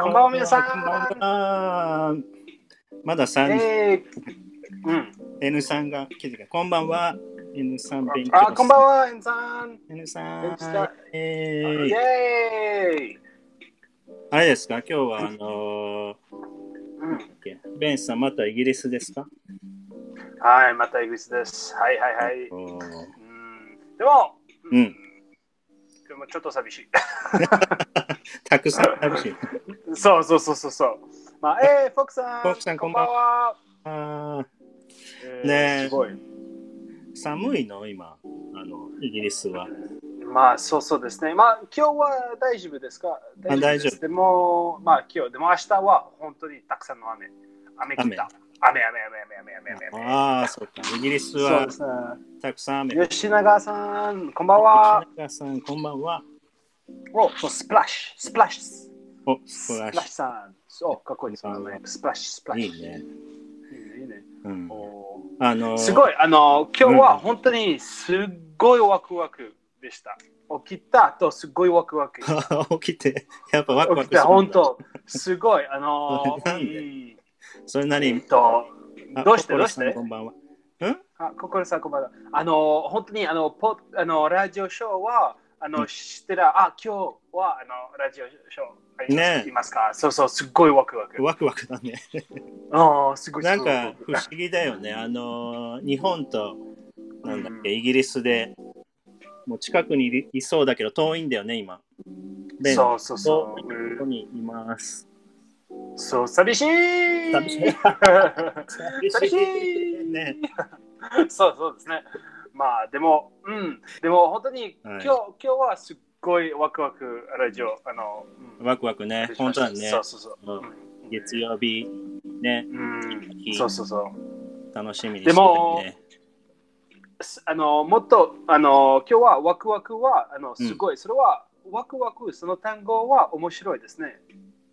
こんばんは皆さんこんばんは。まだ三人、えー、うん。 N さんが来てくれこんばんは。N さん勉強。あ、こんばん。は、エンさん。 N こさんにちはん。えイェーーイイ。あれですか今日はあのうん、ー、ベンさんまたイギリスですかはい、またイグスです。はいはいはい。うおーん、でも、うん。でもちょっと寂しい。 たくさん楽しい。そうそうそうそうそう。まあ、えー、フォックさん。フォックさんこんばんは。あえねえすごい。ー寒いの今、あの、イギリスは。まあ、そうそうですね。まあ、今日は大丈夫ですかあ大丈で夫すでも、まあ、今日、でも明日は本当にたくさんの雨。雨来た。雨、雨、雨、雨、雨、雨、雨。雨ああ、そっか。イギリスそうはですね。たくさん雨。吉永さん、こんばんは。吉永さん、こんばんは。お、そうスプラッシュ、スプラッシュ、お、ス素プ晴ラらッしシュさん。お、かっこいいですねこんばん。はスプラッシュ、スプラッい。シュ。いいいいね。ね。いいね。うん。おあのー、すごい、あの、今日うんは本当にすっごいワクワクでした。起きたとすっごいワクワ ク。起きて、やっぱワクワ起クきすた、るんだ、本当、すごい、あの なんでうんそれなえりっに。と、あどうして、どココロうしさんてこんばんは。うんあ、心さん、こんばんは。あの、本当に、あの、ポあのラジオショーは、あうの、知ってら、あ、今日は、あの、ラジオショーあります、ねえいますかそうそう、すっごいワクワク。ワクワクだね。ああ、すごい。なんかす不思議だよね。あのー、日本と、なんだっけ、うイギリスで、もう近くにいいそうだけど遠いんだよね、今。ごいで、そうそうそ遠いとうころにいます。うん。そう、寂しい。寂しい 寂しいね。 そうそうですね。まあ、でも、うん、でも、本当に、は今い日、今日はすっごいワクワクラジオ、あの、うんワクワクね。本当だねそ。うそうそう。うん月曜日、ね、うん、そうそうそう。楽しみにしてでるもね。すあのもっとあの今日はワクワクはあのすごい、それはワクワクその単語は面白いですね。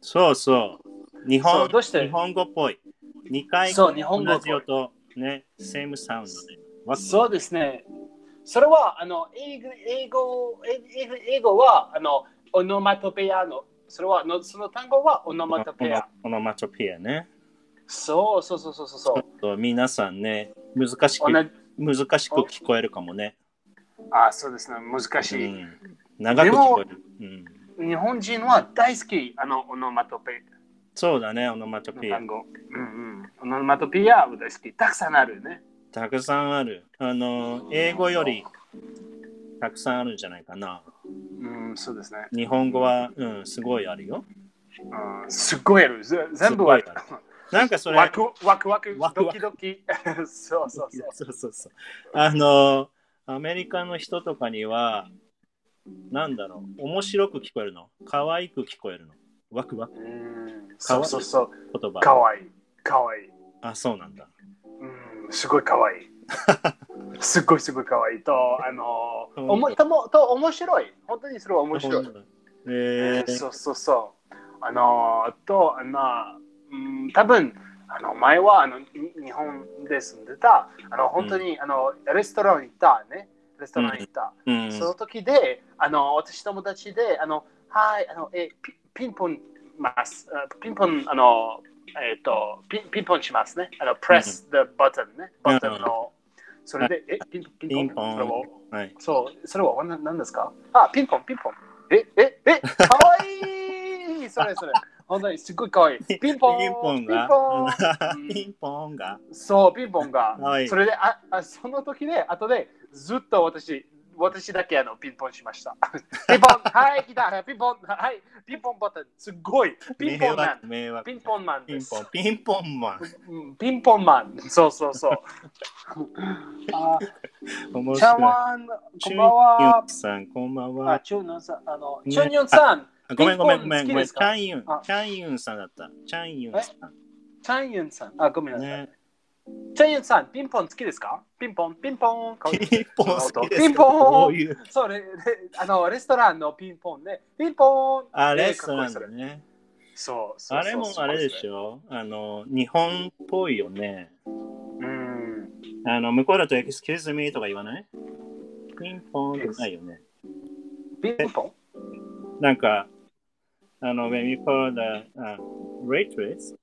そうそう。日そ本うどうして日本語っぽい。2回そう日本語同っぽいじ音、ね、セームサウンドで。ワクそうですね。それはあの英語英語英語英語はあのオノマトペアのそれはのその単語はオノマトペア。オノマトペアね。そうそうそうそうそうちそう。ょっと皆さんね、難しく同じ難しく聞こえるかもね。あそうですね難しうい。ん、長く聞こえる、うん。日本人は大好きあのオノマトペそうだね、オノマトのペア単。語。うんうん。オノマトペアは大好きたくさんあるね。たくさんある。あの、英語よりたくさんあるんじゃないかな。うんそうですね。日本語は、うん、すごいあるよ。うんすっごいある。ぜ全部あるすごいあ。なんかそれ、ワクワクワクワクドワキドキ。 そうそうそう。そうそうそう。あの、アメリカの人とかには、なんだろう、面白く聞こえるの。可愛く聞こえるの。ワクワクうんかそわうそうそう。言葉。かわいい。かわいい。あ、そうなんだ。うんすごいかわ いい。すっごいすごいかわいいと、あのうー、んおもともと面白い。本当にそれは面白い。ええーーそうそうそう。あのー、と、あのー、うん、多分あの前はあのに日本で住んでた、あの本当に、あのレストランに行ったね。レストランに行った。うん、その時で、あの私友達で、あのはい、あのえピピンポンます、あピンポンあのえっ、とピンピンポンしますね。あの press the button ね、うんボタンの、それでえピンポンピンポンピンポンそれをはい。そうそれはななんですか？あピンポンピンポンええ え可愛いいそれそれ本当にすっごい可愛い ピンポンピンポンがピンポン、うんピンポンが。そう、ピンポンがは。いそれで、あ、あその時で、後で、ずっと私、私だけあのピンポンしま した。ピンポン、はい、来た、ピンポン、はい、ピンポンボタン、すっごい、ピンポンマン、迷惑。ピン迷惑ポンマンピでンすポ。ン。ピンポンマン。うんピンポンマン、そうそう そう。あ面チャン白ワン、い。こんばんはチュンユン。さん、こんばんあ、は。チュンヨンさん、あの、ねチュンヨンさん、あごめんごめんごめんピンポン好きごめでん。チすかャンユンあ。チャンユンさんだった。チャンユンさ。チャンヨンさん、あ、ごめんなんさい。ね。チャンヨンさん、ピンポン好きですかピンポン、ピンポ ン。かわいいピンポン好きです。ピンポンこういう。そうレレあのレストランのピンポンね。ピンポーンあ、ねレストランかっだこいいね。それそうそうあれもあれでしょ。ょあの、日本っぽいよね。うん。あの、向こうだと excuse me とか言わないピンポンじゃないよね。ピンポンなんか、あの、when you call the、uh, waitress,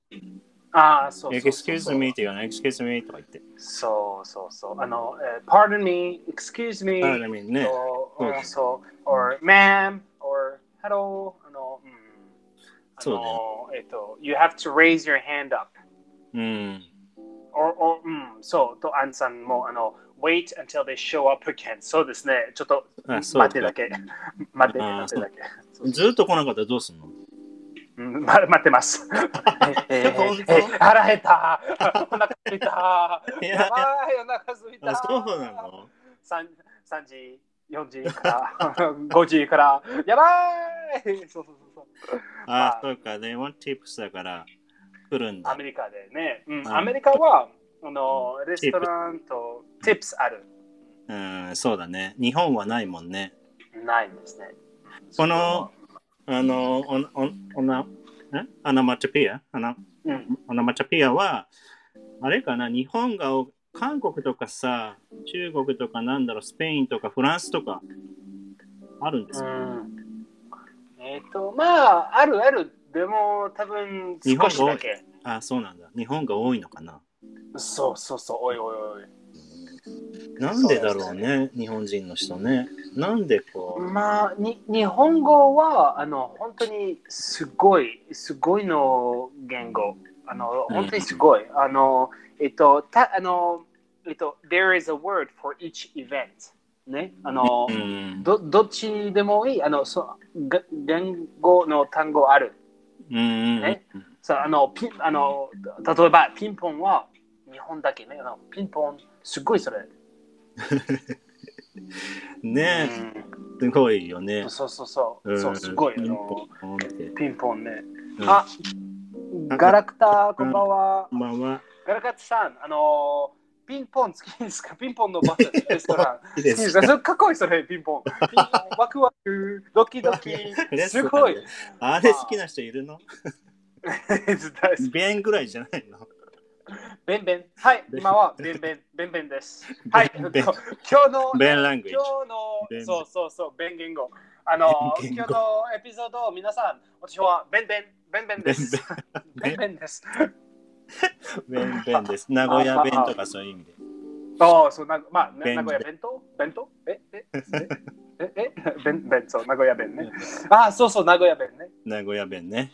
ああ、そうそうそう excuse me って言わない、excuse me とか言って。そうそうそう。あの、えー pardon me, excuse me, ああ、ね。ね。 or, そう or, そう、or ma'am, or hello, あの、うん、あそうだの、えっと、you have to raise your hand up. うん。 or, or うん、そう、と、アンさんも、あの、wait until they show up again. そうですね、ちょっと、あ待そうかってだ け。待って、あ待ってだけ。そうずっと来なかったらどうすんの うんま待って ます。えー本当えー腹減 った。お腹すい た。いややばい、お腹すいた。あ、そうなの 3, 3時、4時 から、5時から、やばい そうそうそうそう。あ、そうか。They want tips だから来るんアだメ。リカでね、うんうんアメリカはあのレストランと tips ある。うん、そうだね。日本はないもんね。ないんですね。この、あの、おなおおなえアナマチャピアアナうん、アナマチャピアは、あれかな、日本が多韓国とかさ、中国とかなんだろう、スペインとかフランスとかあるんですうよ。ん、えっ、と、まあ、あるある、でも多分少しだけ。あ、そうなんだ。日本が多いのかな。そうそうそう、おいおいおい。なんでだろうね、日本人の人ね。なんでこう、まあ、に日本語はあの本当にすごいすごいの言語あのうん本当にすごい、あのえっとたあのえっと there is a word for each event ねあの、うん、どどっちでもいいあのそが言語の単語あるうんうんうんえさあのピンあの例えばピンポンは日本だけねあのピンポンすごいそれ、ねすごいよねうん、。そうそうそう、んそうすごいあピンのポンってピンポンねうんあ、ガラクタ、こんばんはこ。んばんは。ガラクタさん、あのー、ピンポン好きですかピンポンのバスレストラン。好きでいい ですすかかそれかっこいいそれ、ピン ポン。ピンポンワクワク、ドキドキレ、ストすランごい。 あれ好きな人いるの大好き弁ぐらいじゃないのベンベン。はい、今はベンベン、ベンベンです。はい、ベン今ベン日の、弁ラング今イ日ッジ。ベンベの、ンそうそうそう、ベン言語。あのー、弁今言日語のエピソード、皆さん、私はベンベン、ベンベンです。ベ ベンンベンです。弁弁です。名古屋弁とかそういう意味で。そう、そう、なまあ、ね弁名古屋弁当弁当えええええ弁弁そう、名古屋弁ね。あ、そうそう、名古屋弁ね。名古屋弁ね。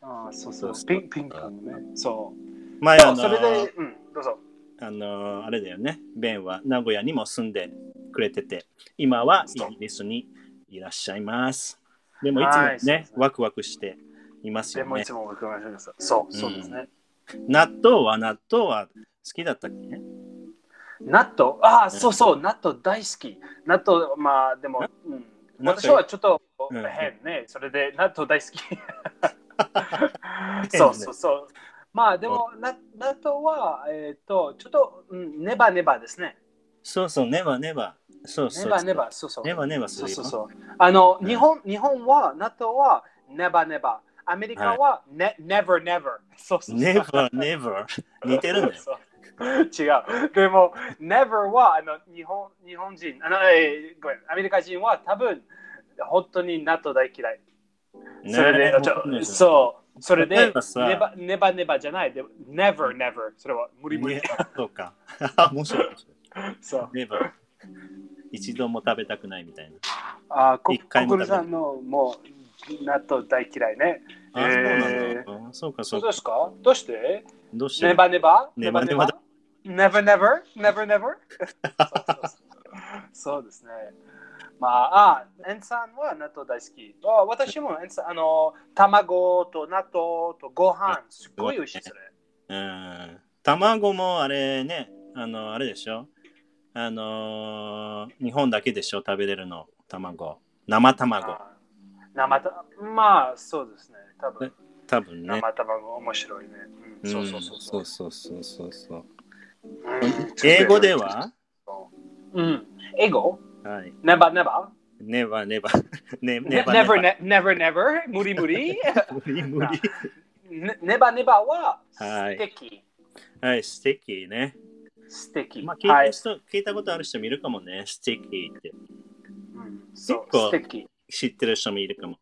あ、そうそう、そうそうピンピンポンね。そう。前そあう、それので、、うん、どうぞ。あの、あれだよね。弁は名古屋にも住んでくれてて、今はイギリスにいらっしゃいます。でもいつもはいそうでねすね、ワクワクしていますでよもいねつ。もお伺いします。そう、そうですね。納豆は納豆は好きだったっけね納豆、ああ、そうそう、納豆大好き。納豆、まあ、でも、うん、納豆私はちょっとうん変ね。それで、納豆大好 き。ねそうそうそう。まあ、でも、な納豆は、えっ、と、ちょっと、うん、ネバネバですね。そうそう、ネバネバ。そうそうネそう。バネバ、そうそう。ネバネバすそうるよ。そうそう。あの、うん日本、日本は、ナトは、ネバネバ。アメリカは、ね、never never。そうそうそう。ネバネバ。似てるんだよ。そう違う。でも、never は、あの、日本、日本人、あの、えーごめん、アメリカ人は多分、本当にナト大嫌い。ね それで、ちょそう。それで、例ネえばさバネバネバじゃない。で never never。それは、無理無理。ねそうか。 あ面白い。そう。ネバ。一度も食べたくないみたいな。あー、こ一回も国分さんの、もう、ナト大嫌いね。あ、そうえなんだ。あそうか、そそううか。ですかどうしてどうしてネバネバネバネバだ Never never never never そうそうそうそうですね。まあ、あ、エンさんは納豆大好き。あ私もエンさん、あの、卵と納豆とご飯、すっごい美味しいそれ。うん。卵もあれね、あの、あれでしょ。あのー日本だけでしょ、食べれるの。卵。生卵。あ生た、まあ、そうですね。多分、多分ね。生卵面白いね。うん、そうそうそうそううんそうそうそうそうう。ん英語ではうん。英語はい。 ?Never never? ネバネ バ。ネ Ne- ネバネ Never バ。 ne- never never? 無理無 理無理無理。ねネバネバは素敵、はい、ステッキーね。素敵。まあ聞いはいた、人、聞いたことある人もいるかもね、ステッキーって。うんそう結構素敵。知ってる人もいるかも。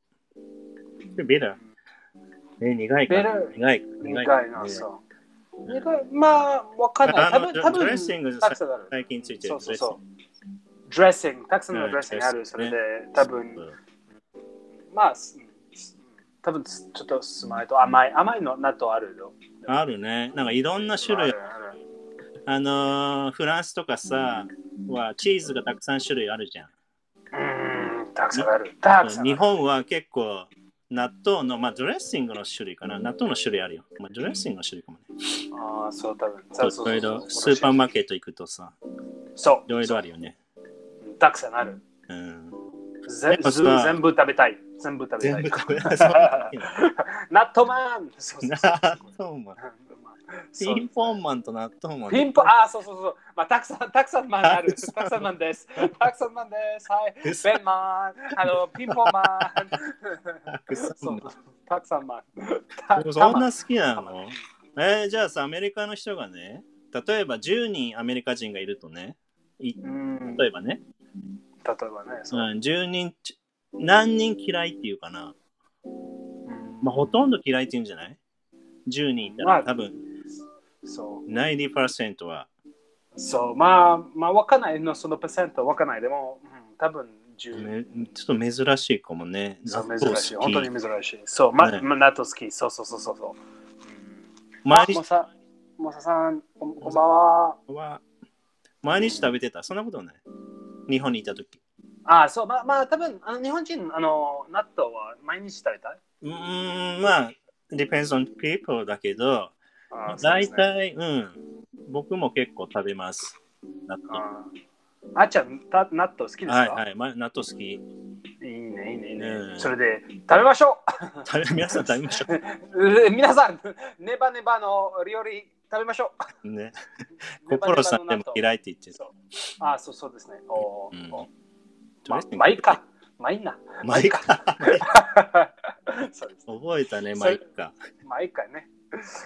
ビター。え、苦いかな Bitter 苦い。苦いな、う。そう。苦いまあ、わかんない。多あの分、多ド分レッシングたくさんある。最近ついてるそうそうドレッシング。そう。ドレッシング、たくさんのうんドレッシングある。それでね、多分、まあ、すす多分すちょっとスマイと甘い、甘いの納豆あるよ。あるね。なんかいろんな種類あるあるあのーフランスとかさ、はチーズがたくさん種類あるじゃん。うーん、たくさんある。たくさんある。日本は結構納豆の、まあ、ドレッシングの種類かな。納豆の種類あるよ。まあ、ドレッシングの種類かもね。ああ、そう、多分。そそううそそううそうそういろいろスーパーマーケット行くとさ、そう。いろいろあるよね。うんたくさんある。うん、ぜでもさず全部食べたい。全部食べた全い部。食べな い。 そう納豆マンそうそうそう納豆マン。そピうンポンマンと納豆マン。ピンポン、ああ、そうそうそう。まあ、たくさん、たくさんマンあ る。たくさんマンです。たくさんマンです。はい。嘘ベンマン、あの、ピンポンマン。くさんそマンうたくさんマン。たでもそんなた好きなたまのえーじゃあさ、アメリカの人がね、例えば10人アメリカ人がいるとね、いうん、例例えばね、えばね、うそう。ん、10人ち、何人嫌いっていうかな。うんまあ、ほとんど嫌いって言うんじゃない ?10 人いたまらあ多分そ90%は。う。そう、まあ、まあ、わかんないの、そのパーセントわかんない。でも、うん、多分10。めちょっと珍しいかもね。そう納豆珍好しきい。本当に珍しい。そう、ま、ねま納豆好き。そうそうそうそう。そううん毎あモ日サモサさん、こんこんばんは。は、毎日食べてた。そんなことない。日本にいたとき。あ、そう、まあ、まあ、多分あの日本人、あの、納豆は毎日食べたいうーん、まあ、depends on people だけど、あーそうで大すね体、うん。僕も結構食べます。納豆。あーあっちゃん、た納豆好きですか、はいはい、まあ、納豆好き。い、いね、いいね、いいねね。それで、食べましょ食べ皆さん食べましょう 皆さん、ネバネバの料理食べまし ょう。ね。うネバネ心バさのんで納も豆嫌いって言ってた。そうあーそうそうですね。おーうんおードまあレッシングまあいいか。まあいいな。 マイカ。そうですね。覚えたね、マイカ。まあいいか ね。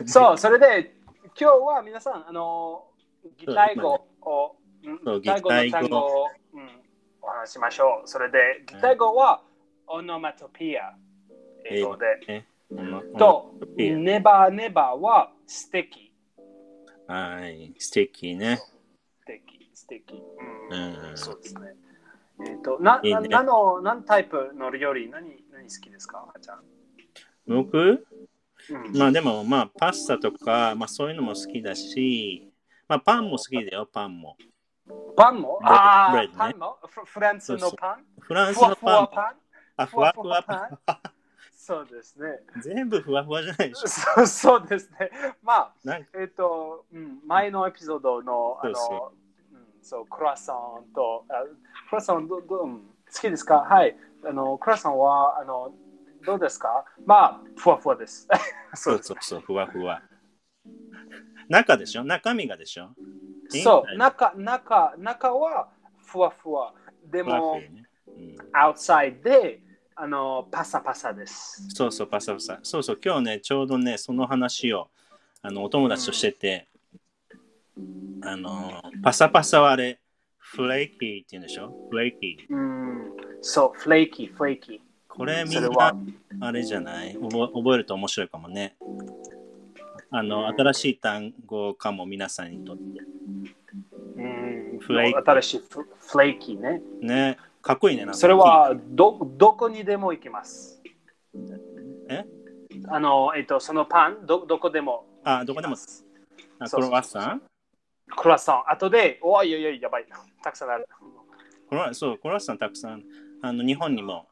そう、それで今日は皆さん、あの、擬態語を、そう擬態語の単語を、うん、お話しましょう。それで、擬態語はオノマトピア、英語で。ねほんまと、いいねネバーネバーは素敵、はい、素敵ね。素敵、素敵。ううんん、そうですね。えっと、な、いいな、ねなの、何タイプの料理、何、何好きですか、あーちゃん。僕うん、まあでも、まあ、パスタとか、まあそういうのも好きだし、まあパンも好きだよ、パンも。パンもブレッドあブあ、レッドねパンもフフランスのパンフランスふわのふパンわも。パンあ、ふふわわふふわわパパンン。 そうですね。全部ふわふわじゃないでしょ。そうそうですね。まあ、なんかえっ、と、うん、前のエピソードの、あの、そううん、そう、クロワッサンと、あクロワッサンどど、うん、好きですかはい。あの、クロワッサンは、あの、どうですかまあ、ふわふわです。そ そううですそうそう、ふわふわ。中でしょ中身がでしょそう、中中、中、中はふわふわ。でふわふもわ、ねうんアウトサイドで、あの、パサパサです。そうそう、パサパサ。そうそう、今日ね、ちょうどね、その話をあのお友達としてて、あの、パサパサはあれ、フレーキーって言うんでしょフレーキー。うん、そう、フレーキー、フレーキこれー。みそれんはな、あれじゃない覚え覚えると面白いかもね。あの、新しい単語かも、皆さんにとって。うんフレーキー新しいフフレーキーね。ね、かっこいいね、なんかそれはどどこにでも行きます。えあの、えっと、そのパン、どどこでも。あ、どこでも、あクそうそうそうそうロワッサンクロワッサン、後で、おいおいおい、やばい。たくさんある。クロワそう、クロワッサンたくさん、あの、日本にも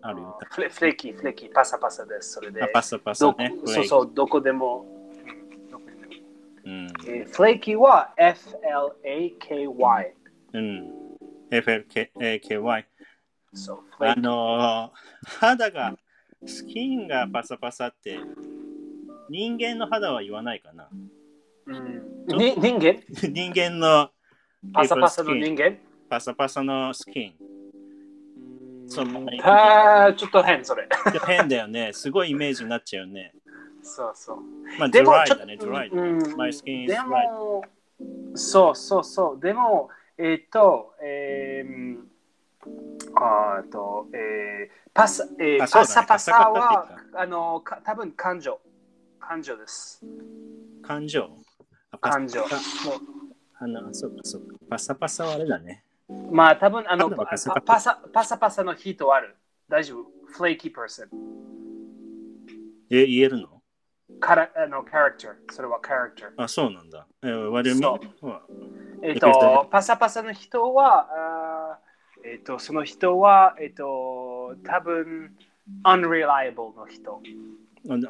あるよ。フレフレーキー、フレーキー、パサパサです。それであ、パサパサどね。フレそーうキそう、どこでも。うんどこにでもうん。えーフレーキーは FLAKY。うん。FLKY。そう、フレーあキーのー肌が、スキンがパサパサって、人間の肌は言わないかな。 うんに人間人間のパサパサの人間パサパサのスキン。そうあーちょっと変それ。変だよね。すごいイメージになっちゃうよね。そうそう。まあ、でドもライちょっだね、とドライ。うん My skin is でも、そうそうそう。でも、えっ、と、えーあーと、えー、パサ、えーあそパうだサねパサパサはパサって言、あの、か多分感情。感情です。感情あパ感情。もパあの、そうか、そうか。パサパサはあれだね。うまあ、多分あのあでもパサパパサ、パサパサの人ある。大丈夫。フレイキーパーソン。え、言えるのから、あの、キャラクター。それはキャラクター。あ、そうなんだ。えー、割りそえっ、えっとと、パサパサの人は、あーえっ、と、その人は、えっ、と、多分 unreliable の人。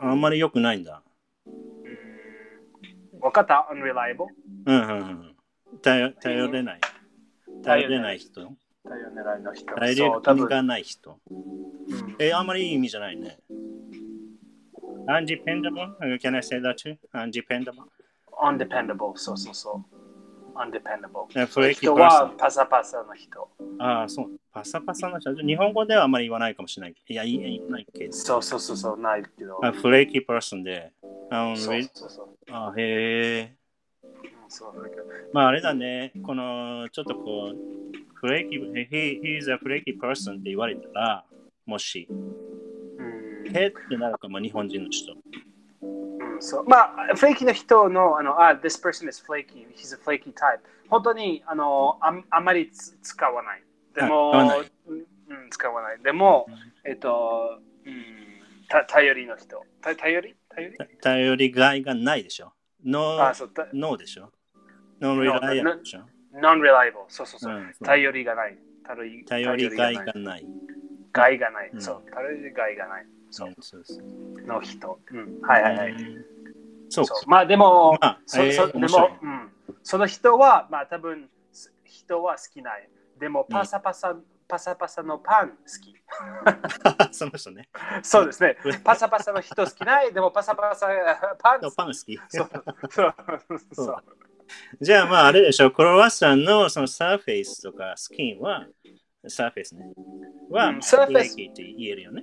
ああんまり良くないんだ。うん、わかった ?unreliable? うんうんうん。頼頼れない。頼れない人。頼りないの人。頼そう、多り分。がない人。うんえ、あんまりいい意味じゃないね。アンジペンダモン ?Can I say that too? アンジペンダモン undependable そうそうそう。undependable。フレキ人ーパはパサパサの人。ーああ、そう。パサパサの人。日本語ではあんまり言わないかもしれない。いや、言えないけど。そうそうそうそう、ないけど。あフレーキーパーソンで。あのそうそうそう。あへえ。うんそうだけどまああれだね、このちょっとこう、フレーキー、he, he is a flaky person って言われたら、もし、うんへってなるかも、日本人の人。うんそうまあ、フレイキーの人の、あの、あ、this person is flaky, he's a flaky type。本当に、あの、あんあまりつ使わない。でも、あ使わないうんうん、使わない。でも、えっと、うん、た頼りの人。た頼り頼りた頼りがいがないでしょ。ノあ、ー、そう、たノーでしょ。ノーリライアンでしょ。 non-reliable。そうそうそう。うんそう頼りがない。頼り頼りがいがない。害がない。うんそう。頼り害がない。そうそうそう。の人。うん。はいはいはい。そうそか。うまあでも、まあそえーそで面白いも、うん、その人は、まあ多分、す人は好きない。でも、うんパサパサ、パサパサのパン好き。 その人ね。そうですね。パサパサの人好きない。でも、パサパサ パン好き。パン好き。そうそうそうそうじゃあまああれでしょ、クロワッサンのそのサーフェイスとかスキンは、サーフェイスね。は、うんサーフェイスフレーキーって言えるよね。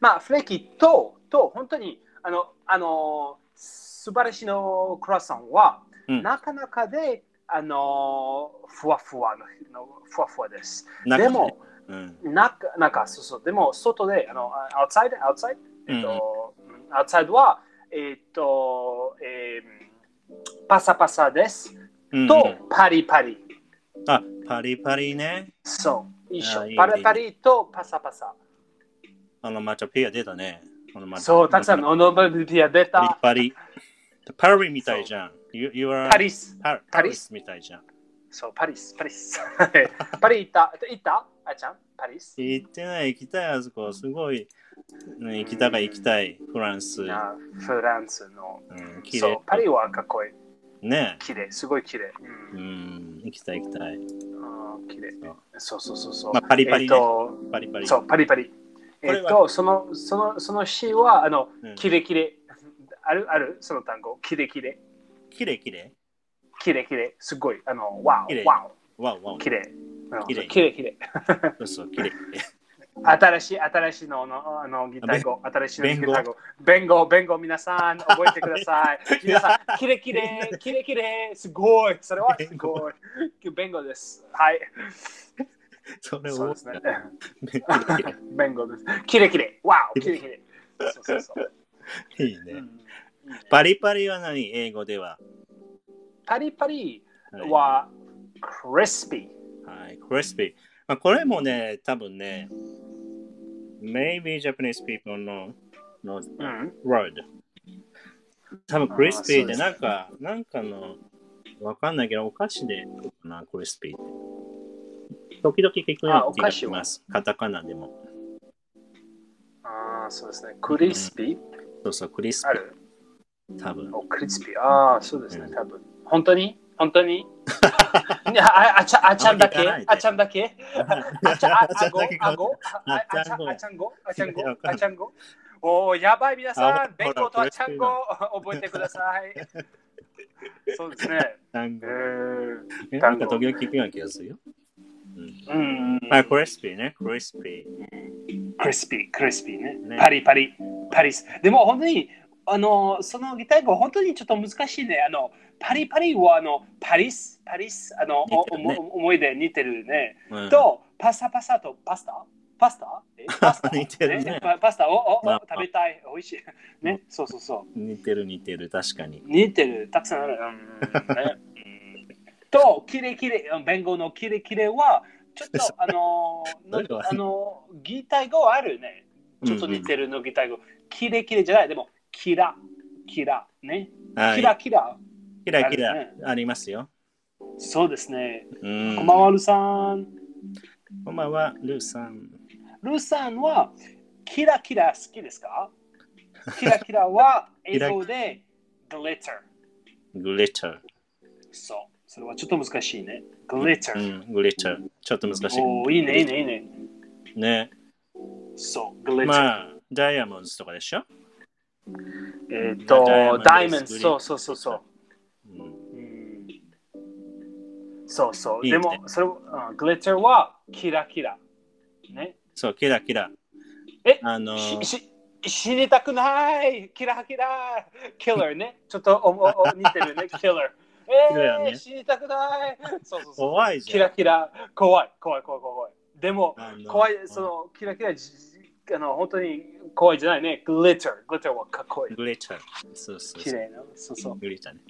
まあ、フレーキーと、と、本当に、あの、あの、素晴らしいのクロワッサンは、うんなかなかで、あの、ふわふわの、のふわふわです。中でねも、、うん。中、中、そうそう、でも、外で、あの、アウトサイド、アウトサイド、えっと、アウトサイドは、えっと、えーパサパサです。うんと、パリパリ。あ、パリパリね。そう、一あ緒ーい。いパリパリとパサパサ。あの、またペア出たね。あのまそう、たくさんのオノブルティア出パリた。パリ。パリみたいじゃん。You, you are パリス。パリパリみたいじゃん。そう、パリス、パリス。 パリ行った、行ったあちゃん、パリス。行ってない、行きたい、あそこ。すごい。うん行きたが行きたい、フランス。うあフランスの。ん、綺そう麗、。パリはかっこいい。ね。綺麗、すごい綺麗。ううんん、行きたい、行きたあい。ー綺麗そう。そうそうそうそう。まあパリパリねえっとパリパリ。そう、パリパリ。えこれっはと、その、その、その詩は、あのうん、キレキレ。あるあるその単語。キレキレ。綺麗、綺麗。キレキレ。すごい。あの、わキレお、わわおわお。お。キレ。うんキレキレキ レ。そうそう、綺 麗。綺麗新しい、新しいののあのギター語。新しいのギター語。弁護、弁護、皆 さん、覚えてください。皆さん、キレキレ、キレキレ。すごい。それはすごい。弁護です。はい。それそうをで。すね。 綺麗綺弁護です。キレキレ。わお、キレキレ。そうそうそう。麗 いいうね。んパリパリは何英語では。パリパリはいはクリスピー。はい、クリスピー。まあ、これもね、多分ね、maybe Japanese people ののうん。 word。多分あークリスピーそうでってすなんか、なんかの、わかんないけど、お菓子でかな、クリスピーって。時々聞くあようお菓な気がし子はます。カタカナでも。ああ、そうですね。クリスピーそうそう、クリスあるピー、多分。おクリスピー。ああ、そうですうね。ん多分本当に本当 にいやああちゃあちゃんだけあんまり聞かないであちゃんだけあちゃああごあごあああちちゃゃんんごあちゃんごあちゃんごいやわあちゃんごおお、やばかんないい皆あほさらん、弁護とあちゃんごほ覚えてください。そうです ね。なんえかーなんか時々聞くような気がするよ。うん、うん。まあ、クリスピーね、クリスピー。クリスピー、クリスピーね。ねパリパリ、パリス。でも本当にあの、その擬態語、本当にちょっと難しいね。あの、パリパリは、あの、パリス、パリス、あの、お似てるねお思い出似てるね。うんと、パサパサとパスタパスタえパスタ 似てるねパパスタ、お、お、おまあ食べたい、美味しい。うね、そうそうそう。似てる似てる、確かに。似てる、たくさんある。うんねうん と、キレキレ、うん弁護のキレキレは、ちょっ と、あのー、どれが悪いあのー、擬態語あるね。ちょっと似てるの擬態語。キレキレじゃない、でも、キラ、キラ、ね。はキいラ。キラ。キラキラあるありますよ。そうですね。うんこんばんは、ルさん。こんばんは、ルーさん。ルさんは、キラキラ好きですかキラキラは、英 キラ語で、グリッター。グリッタそう。それはちょっと難しいね。グリッター。ー。うん、グリッター。ちょっと難しおーいいね、いいね、いいね。い。ね。そう、グリッター。まあ、ダイヤモンドとかでしょ、えっと、ダダイイモンモンド、ドですそうそうそうそう。うん、うんそうそう。いいでねも、それ、うんグリッターはキラキラ。ね。そう、キラキラ。えあのしし死にたくないキラキラキラーね。ちょっとおおお似て るね、キラー。キラーえー、ね死にたくないそうそうそう。怖いじキゃラん。キラ、怖い、怖い、怖い、怖い。でも、あの怖い、その、キラキラ、じあの、本当に怖いじゃないね。グリッター、グリッターはかっこいい。グリッター。そうそう綺そう。麗な、そうそう。グリッターね。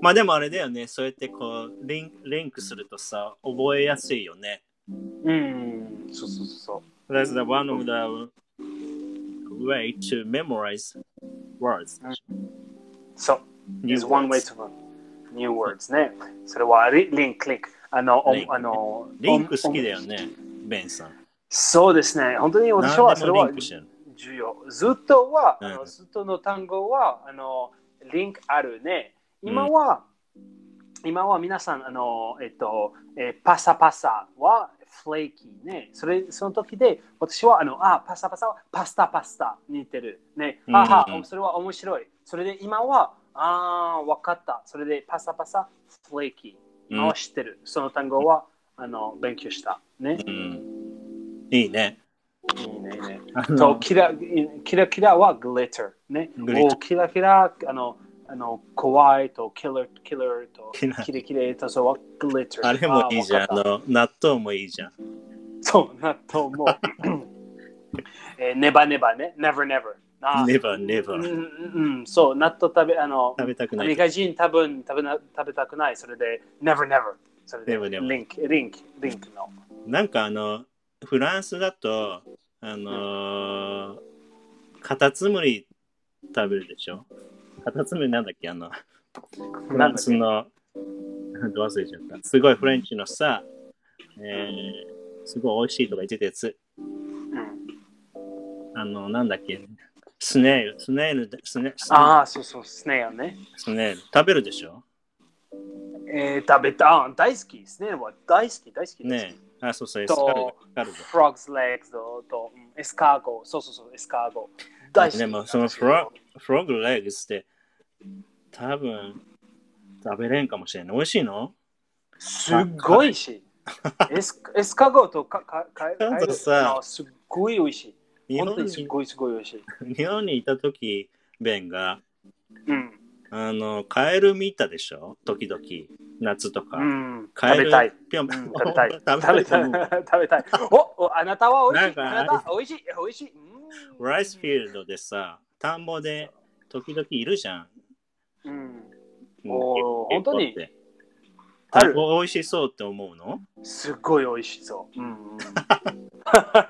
まあでもあれだよね、そうやってこうリンリンクするとさ、覚えやすいよね。うん、そうそうそう。 That's the one of the way to memorize words. そう。 New is one way words. to learn new words ね。それはリリンク、リンク。あの、おリンクあの、リンク好きだよお。ね、ベンさん。そうですね。本当に私は何そでれもはリンクしてる。重要。ずっとは、うんあのずっとの単語は、あの、リンクあるね。今は、今は皆さん、あの、えっと、えーパサパサは、フレーキーね。それ、その時で、私は、あの、あ、パサパサは、パスタパスタ似てる。ね。うんあは、それは面白い。それで、今は、あー、わかった。それで、パサパサ、フレーキー。今は知ってる。その単語は、あの、勉強した。ね。うん、いいいいね。ね、いいね。あそうのキラキラキラはグリッター。ね。グリッターおキラキラあのあの怖いとキラキラとキラーキレキレとそうはグリッター。あれもいいじゃん。あーあわかっの納豆もいいじゃん。たそうなと 思う。えー、ネバネバね。Never never。あー Never うん never うんうん、そう、納豆食べ、あの、食べたくアなメリい。カ人多分食べな食べたくない、それで、never never。それで、 Never never リンク、リンク、リンクの。なんかあのフランスだとあのーカタツムリ食べるでしょ。カタツムリなんだっけあのフランスのなんか忘れちゃった。すごいフレンチのさ、えーすごい美味しいとか言ってたやつ。うん、あのなんだっけスネイルスネイルだスネスネああ、そうそう、スネアね。スネイル食べるでしょ。えー、食べた、あ大好き、スネアは大好き、大好き。大好きねえ。あそうそうエスカルゴとエスカルゴ。 Frog's legs ととうんエスカーゴ、そうそうそう、エスカーゴ。大好き。でもそのフロフロッグレグスって多分食べれんかもしれない。美味しいのすっごいし。エスエスカーゴとかかかちゃんとさカエルのすっごい美味しい。日本当本にすっにごいすごい美味しい。日本にいた時ベンがうん。あのカエル見たでしょ時々夏とか。うん、カ食エべルたい。ぴょんうぴょん ん食べたい。食食べべたたい い。食べたい。お、おあなたは美味しい。なんかあなた美味しい。美味しい。うんライスフィールドでさ、田んぼで時々いるじゃん。うん。おーもう結構本当にってあ田んる。ぼ美味しそうって思うのすっごい美味しそう。うん。わか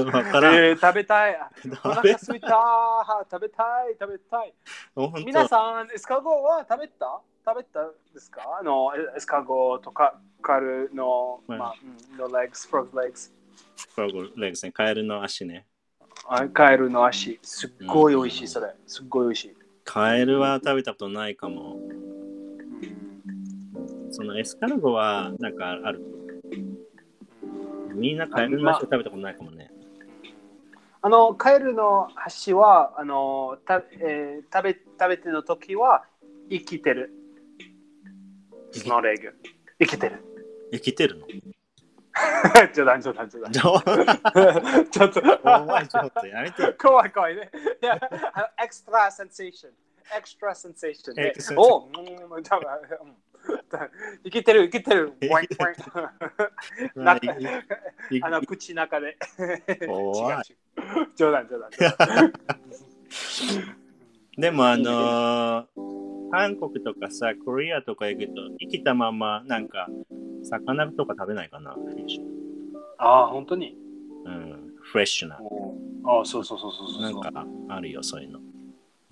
らん。えー食べたい。 お食べ腹すいた。食べたい。食べたい。本皆当さん、エスカゴは食べた食べたですかあの、エエスカゴとかカルの、はいまあ、うんの legs、frog legs。フロッグレグスね。カエルの足ね。あカエルの足。すっごい美味しうい、んそれ。すっごい美味しい。カエルは食べたことないかも。うんそのエスカルゴはなんかある。みんなカエルの足を食べたことないかもね。あの、カエルの足は、あの、たえー食べ食べての時は、生きて る。スノーレグ。生きてる。生きてるの 冗談冗談冗談。冗談ちょっと怖い、ちょっとやめてよ。 怖い怖いね。いや、あのエクストラセンセーション。エクストラセンセーションエでクスト。ラおううん、多分うん生きてる生きてる。ワインワインなんかいいあの口の中で。怖違いう違う冗談冗談冗 談。でもあのー韓国とかさ、コリアとか行くと、生きたまま、なんか、魚とか食べないかな、フレッシュ。ああ、本当に。うん、フレッシュな。ああ、そうそうそうそうそう。なんか、あるよ、そういうの。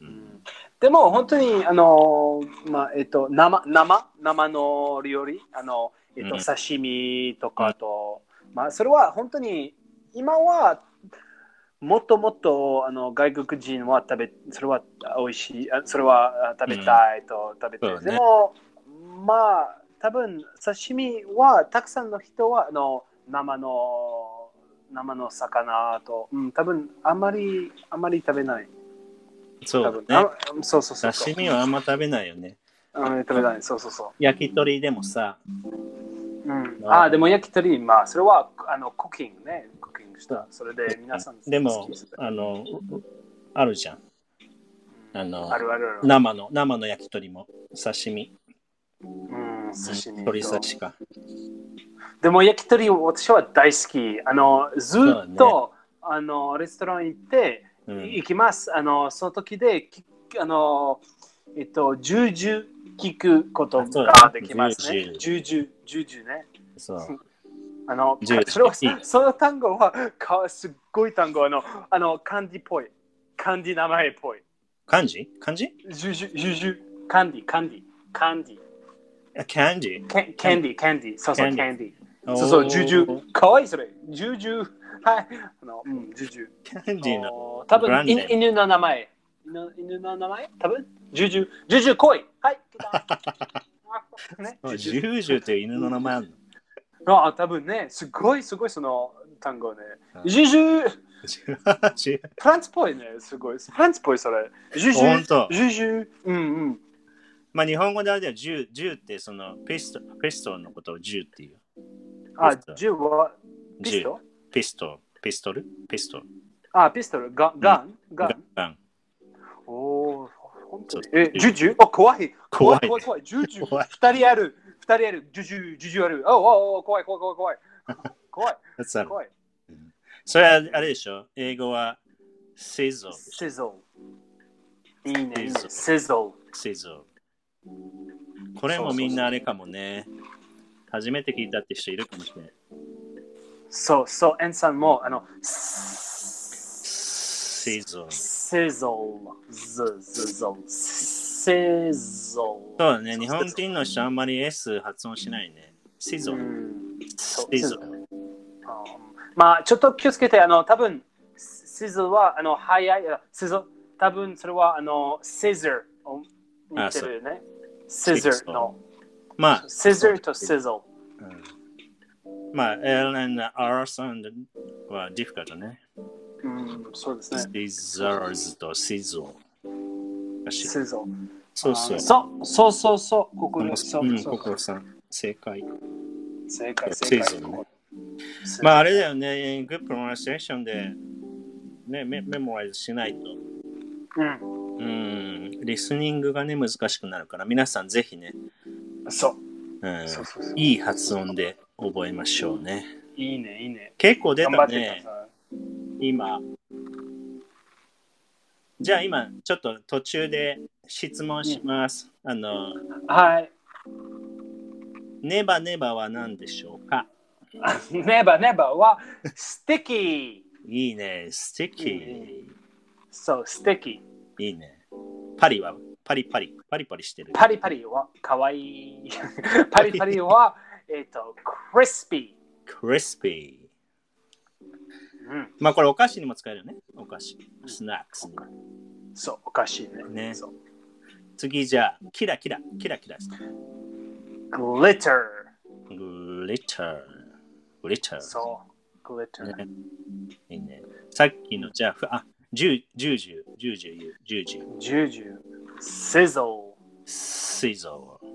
うんでも本当にあのまあえっと生生生の料理あのえっと、うん刺身とかと、まあそれは本当に今はもっともっとあの外国人は食べそれはあ美味しいあそれはあ食べたいと食べて、そうねでもまあ多分刺身はたくさんの人はあの生の生の魚と、うん、多分あまりあまり食べない。そ多う分だね。あそうそうそうそう。刺身はあんま食べないよね。うん、食べない。そうそうそ焼き鳥でもさ、う。うん、まあああ、でも焼き鳥、まあ、それはあのコッキングね。コッキングした。それで皆さん好きでも好きする、あの、あるじゃん。うんあのあるあるある。生の、生の焼き鳥も、刺身。うん、寿うん司鳥刺しか。でも焼き鳥、私は大好き。あの、ずそうっと、あの、レストラン行って、うん。行きます。あの、その時で、きあの、えっと、重々聞くことができますね。あ重々、重々ね。そう。あのジュー、スそれはいいその単語はかすっごい単語あの、あの、漢字っぽい。漢字名前っぽい。漢字漢字ジュジュ、ジュジュ、漢字、漢字、漢字。あ、漢字。ケンケンディ、ケンディ、そうそう、 candy ケンディ。そうそう、ジュジおーュ。かわいいそれ。ジュジュ。はい。あの、うん、ジュジュ。漢字の。おー多ブラン分デいー犬の名前。犬犬の名前多分ジュジュ。ジュジュ来い。はい。来た ねあジジュジュュージュという犬の名前 あるの。あ、多分ね、すごいすごいその単語ねう。んジュジュ。ジュジュフランスっぽいね、すごい。フランスっぽい、それ。ジュジほんとュ、ジュジュ。うんうん。まあ日本語であれだよ、ジュジュってそのピストピストルのことをジュっていう。あピスト、ルジュはピジスュトピストルピストルピストルあ、ピストル、ガン、ガン、ガガンン。ガン。おお、ほんとにそうえ、ジュジュお、怖い。怖怖い怖い、い、怖い。ジュジュ。怖い二人ある。二人ある。ジュジュ、ジュジュある。おおお、怖い、怖い、怖い、 怖い。怖い、やつある怖い。それはあれでしょ英語はシゾルシゾル。いいね、いいね Sizzle シゾシゾルこれもみんなあれかもね。初めて聞いたって人いるかもしれない。ル。そうそう、エンさんも、あの、シシゾルそうシゾル。ズズゾル。シゾル。だね。日本人の人あんまり S 発音しないね。シゾルそうシゾルあーまあちょっと気をつけてあの多分シズはあの早いあシズ多分それはあのシズルを似てるよねシズルのまあ、シズルとシズルうんまあ、L と R サウンドはディフィカルトね。うんそうですねシザーズとシゾー。シズルそうそう。そうそうそうそうここうにんそうそコうコさん、正解。正解シ正ズ解ルねここシズルまあ、あれだよね、グップロナセーションで、ね、メメモライズしないと、うんうん、リスニングがね、難しくなるから、皆さんぜひね、そううんそうそうそういい発音で覚えましょうね。いいねいいね結構出頑張たってくだね、さ今。じゃあ今、ちょっと途中で質問します。あの、いはいネバネバは何でしょうかネバネバはステキーいいね、ステキー。そうステキーいいね。パリはパリパリ、パリパリしてる。パリパリはかわいい。 パリパリは、えっと、クリスピクリスピー。ー。うん、まあこれお菓子にも使えるよね。お菓子。スナックスに。そう、おかしいね。ねそう次じゃあ、キラキラ、キラキラして。グリッター。グリッター。グリッター。そう、グリッター。ねいいね。さっきのじゃあ、ふあ、ジュジュジュジュジュジュジュ。ジュジュ、シゾシゾー。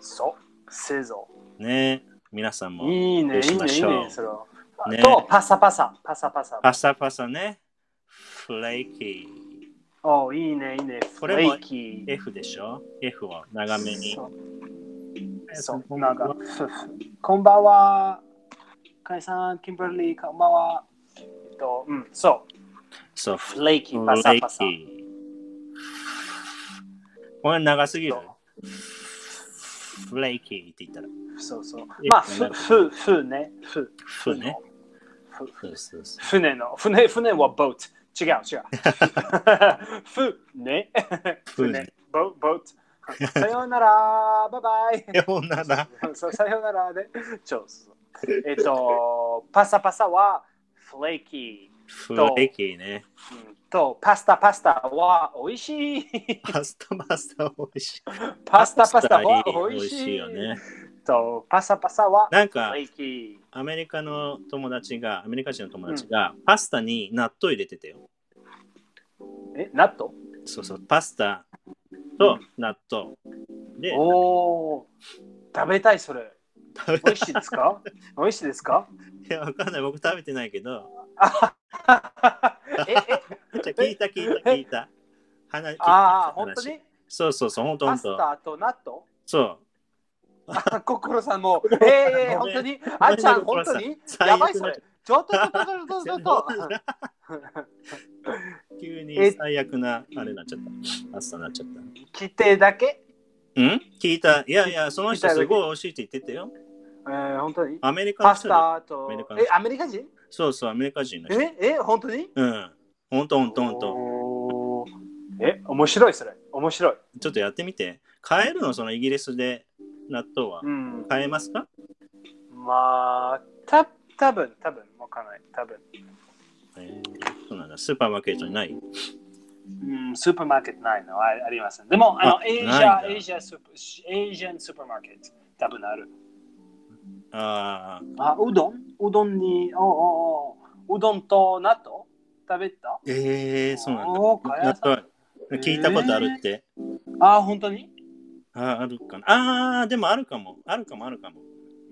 そう、シゾー。ね。皆さんも。いいね、いいしね、まいいしょうね、それを。あねと、パサパサ、パサパサ。パサパサね。フレーキおいいね、いいね。これもフレーキー。F でしょ ?F を長めにそ。うそこう、んなばんんはか、ふふこんばんは。カイさん、キンバリー、こんばんは。えっと、うん、そう、そう、フフレーキー、パサレーパサ。キこれ長すぎる。フレーキーって言ったら。そうそうえ。まあ、なふ、んかふ、ふね。ふ、ふね。ふ。そうそうそう船の、船、船はボート。違う、違う。ふ、ね。船船、ボボート。さようなら、バイバイ。え、女だ。そうさようならで、そうそう。えっと、パサパサはフレーキフレーキーね。ーうんと、パスタパスタは美味しい。 パスタパスタ美味しい。パスタパスタは美美味味ししい。いよね。と、パサパサはなんフかレ、ーキアメリカの友達が、アメリカ人の友達が、パスタに納豆入れてたよ。ー。え、納豆そうそう、パスタと納豆。で、おお、食べたいそれ。食べ美味しいです か美味しいですかいや、わかんない。僕食べてない けど。え、え、じゃ聞いた聞いた聞いた。話聞いたああ、本当話にそうそうそう、本当パ本ス当。タと納 豆そう。あ心さんも、ええご本めん当に、あっちゃん、ごめ本ん当ねに心さんやばい最悪そなれ。ちょっと、ちょっと、ちょっと、ちょっと。 急にえ最悪なあれになっちゃった。パスタになっちゃった。規定だけうん聞いた。いやいや、その人聞いただすけごい美味しいって言ってたよ。えー、本当にアメリカのパス人だ。タとアメリカ、のえ、人アメリカ人そうそう、アメリカ人の人。え、え、本当にうん。ほんとほんとほんと。と。え、面白いそれ。面白い。ちょっとやってみて。買えるのそのイギリスで納豆はう。ん。買えますかまあ、た多分多分わかんない。多分えーそうなんだ。スーパーマーケットにないうん、スーパーマーケットないのはあありません。でも、あのあエイジないんャだエイジャスーパー、エイジャンスーパーマーケット、多分ある。ああ、うどんうどんに、おおおうどんと納豆食べたーえー、そうなんだ。おーかや納さん豆聞いたことあるって。あ、本当にあーあるかな。あー、でもあるかも。あるかもあるかも。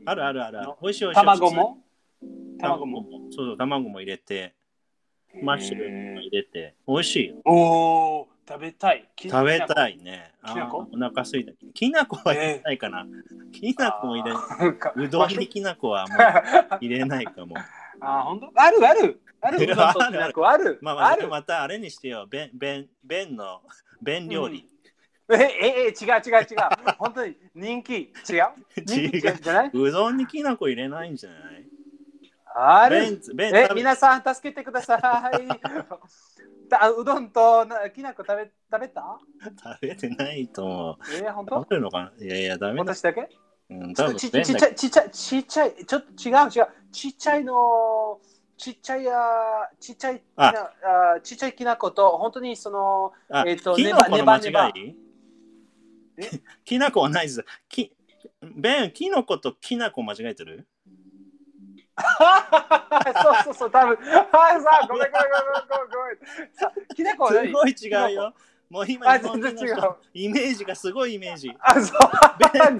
あるあるあるある。美味しい美味しい。卵も卵卵もも。そうそう、卵も入れて、マッシュルームも入れて、美味しいよ。おお、食べたい。き食べきなこたいね。あきなこーお腹すいた。きなこは入れないかな。きなこも入れない。うどんにきなこはもう あ入れないかも。ー、本当あるある。あ るうどんときなこある。まあ、まあ、あじゃある。またあれにしてよ。弁、弁、弁の、弁料理。え、え、え、違う違う違う。本当に人気。違 う人気違じゃう。じゃないうどんにきなこ入れないんじゃないある。弁、弁え食、べ皆さん、助けてください。 たうどんとなきなこ食べ食べた食べてないと思う。えー、本当食べるのかないやいや、ダメだ。私だけうん、多分ちち弁ちっだちゃけい、ちっちゃい、ちっちゃい、ちょっと違う違う。ちっちゃいの、ちっちゃいや、ちっちゃいきな、ああちっちゃいきな粉と、本当にその、あ、えーときなこの間ネバ違ネいえ きなこはないです。き、弁、きのこときなこ間違えてる そうそうそう、多分はい、さあ、ごめんごめんごめんごめんごめん。さあ、きな粉はす何ごい違うよ。もう今、あ日本人の人全然違うイメージがすごいイメージ。あ、そう、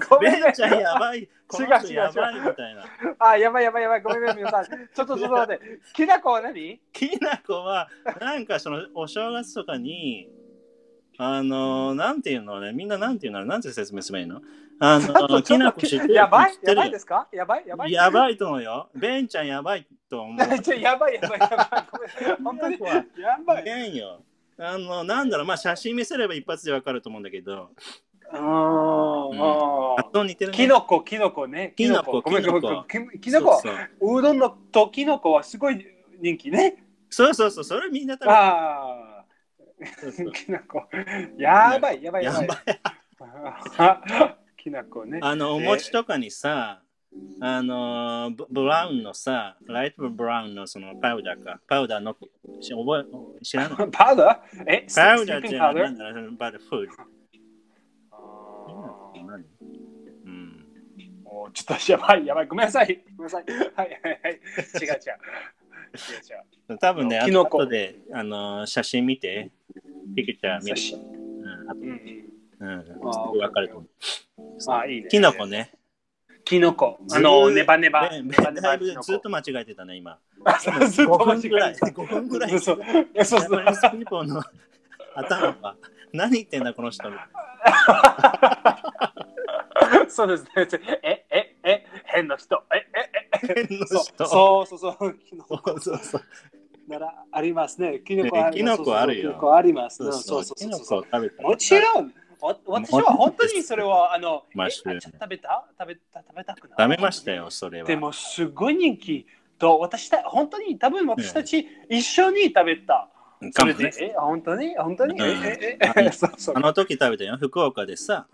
ごめんベねンち。ゃんやばい。この人違う違う違うやばいみたいな。あ、やばいやばいやばい、ごめんごめん、皆さん。ちょっとちょっと待って、きな粉は何きなこは、なんかそのお正月とかに、あのー、なんていうのね、みんななんていうのなんて説明すればいいのあちょっのとー、ちょきっなとこ知ってるやばい知ってやるばいですかやばいやばいやばいと思うよ。ベンちゃんやばいと思う。ちょ やばいやばいやばい。ごめん本当にきなこやばい。ベンよ。あの、なんだろう、まあ写真見せれば一発でわかると思うんだけど、あうと似てん。るね。きのこ、きのこね。きのこごめんきのこごめんごめんききのこそうそううどんのときのこはすごい人気ね。そうそうそう、それみんな食べてあそうそうあ、きのこ。やばい、やばい、ややばばいい。あ きなこね。あのお餅とかにさ、あのブブラウンのさ、ライトブラウンのそのパウダーか、パウダーのし覚え知 らない。パウダーえパウスリーダーピじンゃパウなダーいなんだろう、バルフード。あー何うん、もうちょっとやばい、やばい。ごめんなさい。ごめん なさい。はいはいはい。違う違う。違う違う。多分ね、あキノコとであの写真見て、ピクチャー見写真て、うん、あとうんうんうん、あーすぐ分かると思う。あーいいね。キノコね、キノコ。あの、ずーネバネバ。ねネバネだバいぶキノずっコ と。間違えてたね、今。ずっと5間違分えてぐらい、た5分ぐら い、そうジえそうャそうパニーズピーポーの頭が、何言ってんだ、この人みたいな。そうですね。え、え、え、変な人。え、え、え、え。変なそ人うそうそうそう。キノコそうそうそう。ならありますね。キノコあるキノコあるよそうそうキノコあります。そうそそううそそそうう。キうノそうコ食べたもちろん。お私は本当にそれは、あの、えマあジでちょっと食べた食べた食べたくない。ダメましたよ、それは。でもすごい人気と私た本当に多分私たち一緒に食べた。そかもれねで、え、本当に本当に、うんえ、え、え、え、そうそうあ。の時食べたよ、福岡でさ、